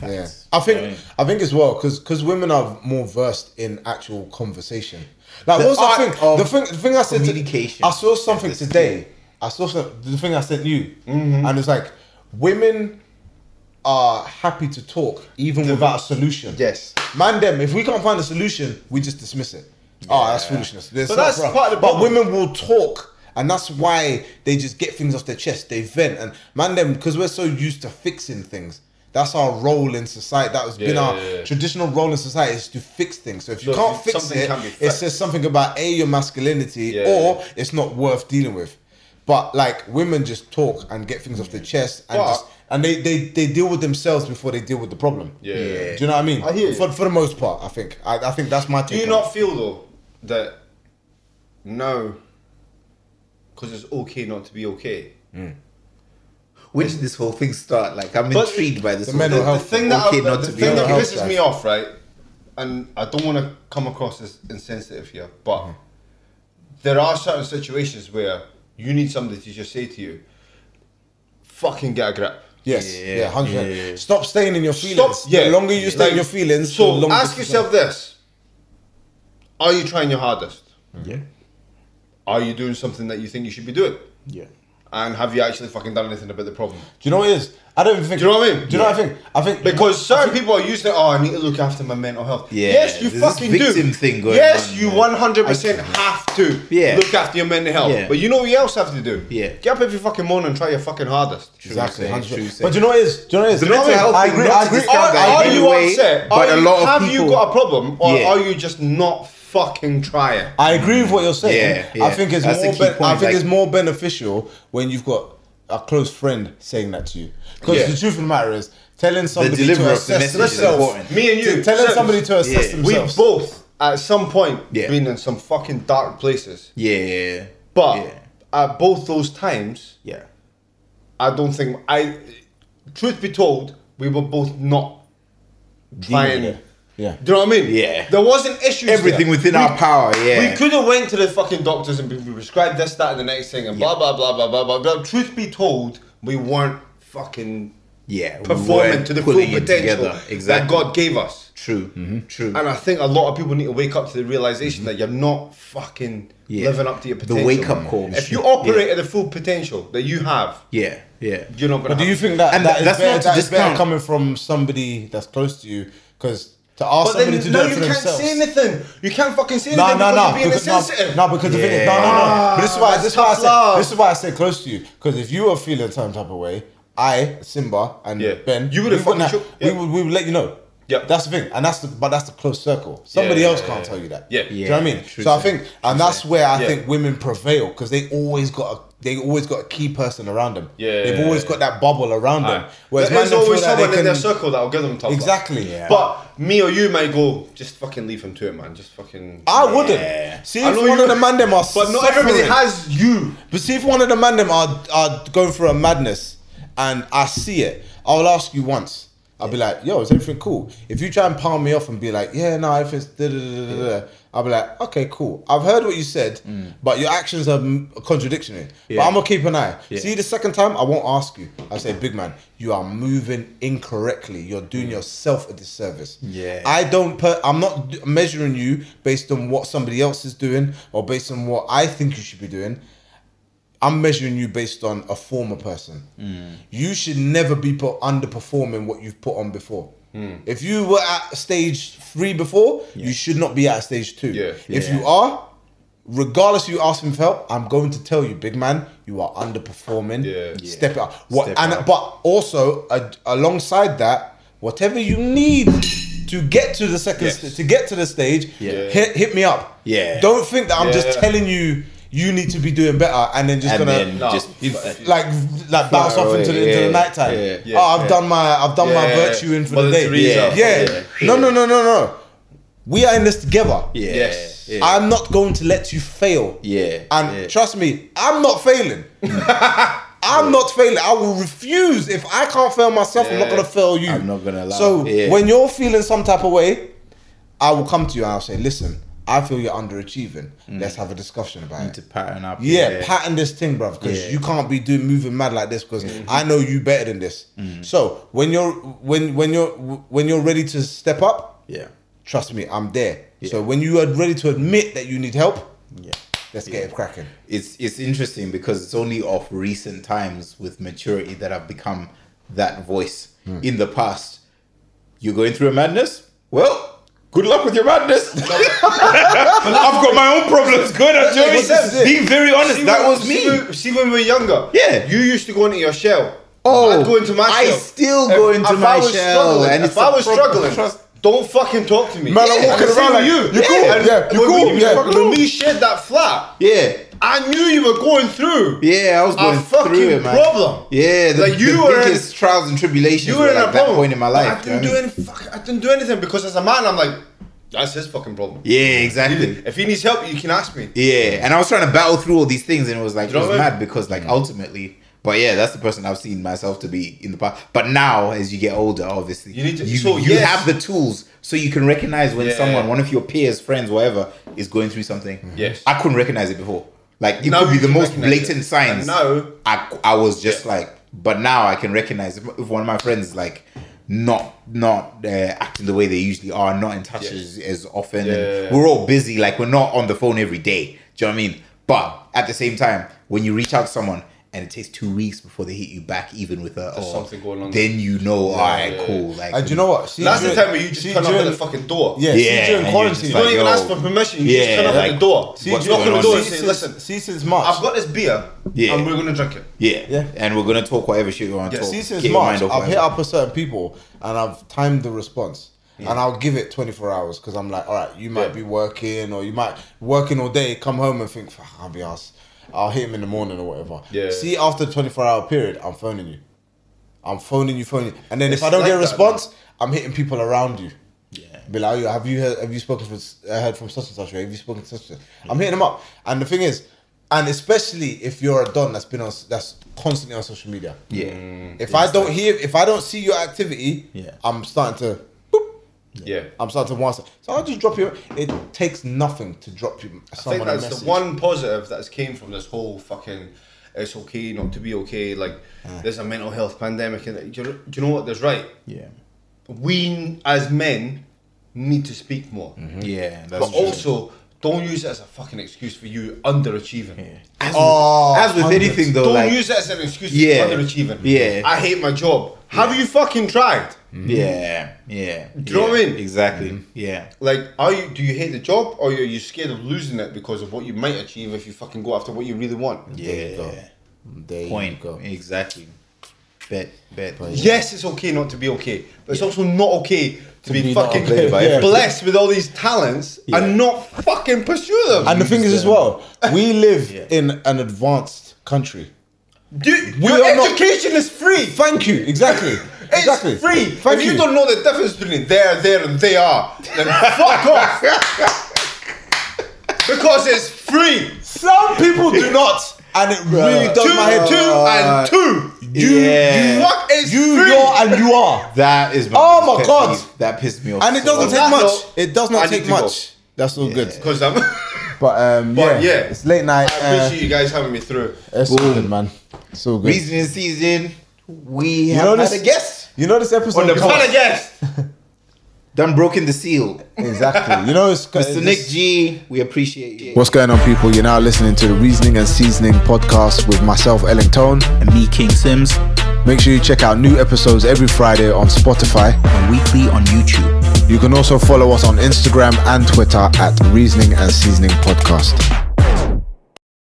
Yeah,
Facts.
I think
Right.
I think as well because because women are more versed in actual conversation. Like what was
art
that thing?
of
The thing the thing I said to-
communication
I saw something
is the
today. I saw some, the thing I sent you,
Mm-hmm.
and it's like women are happy to talk even without a solution.
Yes.
man, them if we can't find a solution, we just dismiss it. Oh, that's foolishness. There's
But
not
that's
for us.
part of the
But
problem.
women will talk, and that's why they just get things off their chest. They vent, and man, them because we're so used to fixing things. That's our role in society. That has been
Yeah,
our
yeah, yeah.
traditional role in society is to fix things. So if you
Look,
can't
if
fix
something
it,
can be
it
fixed.
says something about a your masculinity,
Yeah,
or it's not worth dealing with. But like women just talk and get things off their chest, and
But-
just and they, they they deal with themselves before they deal with the problem.
Yeah.
Do you know what I mean?
I hear you.
For, for the most part, I think. I, I think that's my
Do
take.
you
on
not feel though that no, because it's okay not to be okay?
When did this whole thing start? Like, I'm
But
intrigued by this.
the
whole
mental
thing.
health
The thing that
okay,
I,
not
the
to
thing
be
that
mental health
pisses me off, right? And I don't want to come across as insensitive here, but
Mm-hmm.
there are certain situations where you need somebody to just say to you, "Fucking get a grip."
it. Yes.
Yeah.
Yeah. Hundred.
Yeah.
percent. Stop staying in your feelings.
Stop. Yeah.
The longer you stay
Like,
in your feelings, the
So
longer
ask
you-
yourself this: Are you trying your hardest?
Yeah.
Are you doing something that you think you should be doing?
Yeah.
And have you actually fucking done anything about the problem?
Do you know what it is? I don't even think.
Do you know what I mean?
Do you know what I think? I think
Because certain people are using it. Oh, I need to look after my mental health.
Yeah,
yes, you
there's this
fucking
victim
do.
thing going
yes,
on,
you
yeah.
one hundred percent have to
Yeah.
look after your mental health.
Yeah.
But you know what you else have to do?
Yeah.
get up every fucking morning and try your fucking hardest.
Exactly,
True
hundred
say, true
percent.
say.
But do you know what it is? Do you know what it is?
The mental
I
health thing,
agree.
not
I
to
agree.
discount
I-
Are,
that
I
are
agree.
in
you
any way,
upset? Are
but a
you-
lot of
have you
people-
got a problem, or
Yeah.
are you just not fucking trying?
I agree with what you're saying.
Yeah,
I
yeah.
think it's
That's the
more.
key
Ben- I
point,
think
like-
it's more beneficial when you've got a close friend saying that to you. Because
Yeah.
the truth of the matter is, telling somebody
deliverer
to
of the
assess
message is
themselves.
important.
Me and you,
telling
Sims,
somebody to assess
Yeah.
themselves.
We both at some point
Yeah.
been in some fucking dark places.
Yeah.
But
Yeah.
at both those times,
Yeah.
I don't think I. Truth be told, we were both not trying.
Yeah.
Yeah.
Do you know what I mean?
Yeah.
There wasn't issues.
Everything
there.
within our power. Yeah.
We could have went to the fucking doctors and been prescribed this, that, and the next thing, and blah blah blah blah blah blah. But truth be told, we weren't fucking
yeah. we
performing
weren't
to the full
pulling it
potential that
Exactly.
God gave us.
True. Mm-hmm. True. Mm-hmm.
And I think a lot of people need to wake up to the realization that you're not fucking
Yeah.
living up to your
The
potential.
wake-up call.
If you operate at the full potential that you have,
Yeah. Yeah.
you're not gonna.
But do you
have-
think that,
And
that
that-
is
that's
better,
not to
that is better
discount.
coming from somebody that's close to you? Because to ask
But
somebody
then
to do
no,
it
you
for
can't
themselves.
say anything. You can't fucking say
No,
anything
no,
because
no,
you're being
because
insensitive.
no, no, because the thing is, no, no, no.
Yeah.
But this is why, this is why I
That's love.
said, this is why I said close to you. Because if you were feeling some type of way, I, Simba, and
Yeah.
Ben,
You
we wouldn't
would've fucking
have-
cho- yeah.
we would, we would let you know.
Yep.
that's the thing, and that's the, but that's the close circle. Somebody
Yeah,
else
yeah,
can't
yeah.
tell you that.
Yeah.
do you know what I
Yeah,
mean?
true
so I
saying,
think, and that's where I
Yeah.
think women prevail because they always got a, they always got a key person around them.
Yeah,
they've
yeah,
always
yeah.
got that bubble around them. Whereas man
There's
don't feel
always
that they
someone in their
can-
circle that'll give them tough love.
Exactly. Yeah.
But me or you may go, just fucking leave him to it, man. Just fucking.
I wouldn't.
Yeah.
See
I
if
know
one
you
of the
don't-
man them are
But not
suffering.
everybody has you.
But see if one of the man them are are going through a madness and I see it, I'll ask you once. I'll be like, yo, is everything cool? If you try and palm me off and be like, yeah, no, everything's da da da da da, da," I'll be like, okay, cool. I've heard what you said, but your actions are m- contradictory. But
Mm. Yeah.
I'm gonna keep an eye. See, the second time, I won't ask you. I say, big man, you are moving incorrectly. You're doing yourself a disservice.
Mm. Yeah.
I don't. Per- I'm not d- measuring you based on what somebody else is doing or based on what I think you should be doing. I'm measuring you based on a former person. You should never be put underperforming what you've put on before.
Hmm.
If you were at stage three before, you should not be at stage two.
Yeah.
If
Yeah.
you are, regardless you ask for help, I'm going to tell you, big man, you are underperforming.
Yeah. Yeah.
Step it up. What
Step
and
up.
but also a, alongside that, whatever you need to get to the second
Yes.
st- to get to the stage,
Yeah.
hit hit me up.
Yeah.
Don't think that I'm just
Yeah.
telling you you need to be doing better and then just
And
gonna
then just
like like bounce off
away,
into the, into
yeah,
the night time.
yeah,
yeah,
oh, I've
yeah.
done my I've done my
Yeah.
virtue in for
Mother
the day.
Teresa.
Yeah.
Yeah.
No, no, no, no, no. We are in this together.
yeah.
Yes.
Yeah.
I'm not going to let you fail.
yeah.
And
yeah.
trust me, I'm not
<laughs>
failing. I'm not failing. I will refuse. If I can't fail myself, I'm not
Yeah.
gonna fail you.
I'm not gonna allow
So
it. Yeah.
when you're feeling some type of way, I will come to you and I'll say, listen, I feel you're underachieving.
Mm.
Let's have a discussion about it.
to pattern up.
Yeah, pattern this thing, bruv, because
Yeah.
you can't be doing moving mad like this. Because I know you better than this. So when you're when when you're when you're ready to step up,
yeah.
trust me, I'm there.
Yeah.
So when you are ready to admit that you need help,
Yeah.
let's get it cracking.
it's it's interesting because it's only of recent times with maturity that I've become that voice. In the past, you're going through a madness. Well, good luck with your madness. <laughs> I've got my own problems. Good, as Joey
But this is
said,
it.
being very honest,
See
that
when-
was
See
me.
when, see when we were younger.
Yeah.
You used to go into your shell.
Oh,
I'd go into my
I
shell.
still go into my shell,
Struggling,
and
if
it's
I
a
was
problem.
struggling, don't fucking talk to me.
Man, I'm
And
walking
the same
around
with
like,
you.
you cool,
And
yeah, you
when
cool,
we,
yeah,
when
cool.
we shared that flat,
Yeah,
I knew you were going through.
yeah, I was
A
going
fucking
through it, man.
problem.
Yeah, the,
Like, you
the
were in-
biggest trials and tribulations
You
were
were in
like
a
that
problem.
point in my
But
life.
I
do you
didn't
know
do
what I mean?
any fuck. I didn't do anything because as a man, I'm like, that's his fucking problem.
Yeah, exactly.
If he needs help, you can ask me.
Yeah, and I was trying to battle through all these things, and it was like it
know
was
what?
mad because
Mm.
like ultimately, but yeah, that's the person I've seen myself to be in the past. But now, as you get older, obviously,
You need to-
you,
so,
you
yes.
have the tools so you can recognize when
Yeah.
someone, one of your peers, friends, whatever, is going through something.
Mm-hmm. Yes.
I couldn't recognize it before. Like it
Now
could be
you
the
can
most
recognize it.
blatant
And
signs.
now-
I I was just
Yeah.
like, but now I can recognize if, if one of my friends is like. Not not uh, acting the way they usually are, not in touch
Yeah.
as, as often,
Yeah.
and we're all busy. Like we're not on the phone every day. Do you know what I mean? But at the same time, when you reach out to someone and it takes two weeks before they hit you back, even with a oh,
something going on.
then you know, all right,
yeah,
cool. Like,
And do you know what? See,
That's the
during-
time where you just
see,
turn up at
during-
the fucking door.
Yeah,
Yeah,
see,
and
during
you're
quarantine.
just
You don't
like,
even
yo,
ask for permission. You
yeah,
just turn up
like,
at the door.
see,
You
what's
knock on
going
the
on?
door and
see,
say,
since-
listen,
see since March.
I've got this beer
Yeah.
and we're going to drink it.
yeah,
Yeah.
and we're gonna talk whatever shit we want to
Yeah,
talk.
See, since
get your
March,
mind off
I've hit
whatever.
up with certain people and I've timed the response. And I'll give it 24 hours because I'm like, all right, you might
Yeah.
be working or you might working all day, come home and think, fuck, I'll be asked. I'll hit him in the morning or whatever.
Yeah.
See, after the 24 hour period, I'm phoning you. I'm phoning you, phoning you. And then
It's
if I don't get a
like that,
response, I'm hitting people around you.
Yeah.
Be like, "Oh, have you heard, have you spoken from uh, heard from such and such? Have you spoken to such and such? I'm hitting them up, and the thing is, and especially if you're a don that's been on that's constantly on social media.
Yeah.
Mm.
If I don't hear, if I don't see your activity,
Yeah.
I'm starting to.
Yeah.
I'm starting to want to. So I'll just drop you. It takes nothing to drop you.
I think
Someone a
that's
message.
the one positive that's came from this whole fucking it's okay not to be okay. Like there's a mental health pandemic, and do you, do you know what? There's right.
Yeah.
We as men need to speak more,
Mm-hmm.
Mm.
Yeah.
but also don't use it as a fucking excuse for you underachieving.
as,
Oh,
with, as with anything though,
don't
like
use it as an excuse
Yeah.
for underachieving.
Yeah.
I hate my job. Have you fucking tried?
Hmm. mm-hmm. yeah, yeah.
Do you know
yeah,
what I mean?
Exactly.
Mm-hmm.
Yeah.
Like, are you? Do you hate the job, or are you scared of losing it because of what you might achieve if you fucking go after what you really want?
There you go.
Yeah.
There you
Point.
go.
Exactly. Bet. Bet.
Yes, it's okay not to be okay, but it's also not okay to, be,
be not
fucking <laughs>
okay, right?
blessed with all these talents and not fucking pursue them.
And the thing is, as well, we
<laughs>
live in an advanced country.
Dude,
we
your
are not-
education is free.
Thank you. Exactly.
It's
exactly.
free.
Thank
if
you.
you. don't know the difference between there, there, and they are,
<laughs>
then fuck off. Because it's free.
Some people <laughs> do not, and it really does
Two,
my head.
two, and two.
You,
Yeah.
you,
Fuck is
Uh, you,
free.
you're, and you are.
That is my.
Oh
biggest
my
pet
God.
peeve. That pissed me off.
And it
so
doesn't
much.
take
That's
much.
all.
It does
I
not
need
take
to go.
much. That's all good.
Because I'm. <laughs>
But um, yeah,
But yeah.
it's late night.
I
uh,
appreciate you guys having me through.
it's all good, man. It's all good.
Reasoning season. We
you
have
know
had
this
a guest.
You know this episode.
You've had a guest.
Done broken
<laughs>
the seal.
exactly. You know it's
<laughs>
Mr. Nick G, we appreciate you.
What's going on, people? You're now listening to the Reasoning and Seasoning podcast with myself, Ellen Tone.
and me, King Sims,
Make sure you check out new episodes every Friday on Spotify.
and weekly on YouTube.
You can also follow us on Instagram and Twitter at Reasoning and Seasoning Podcast.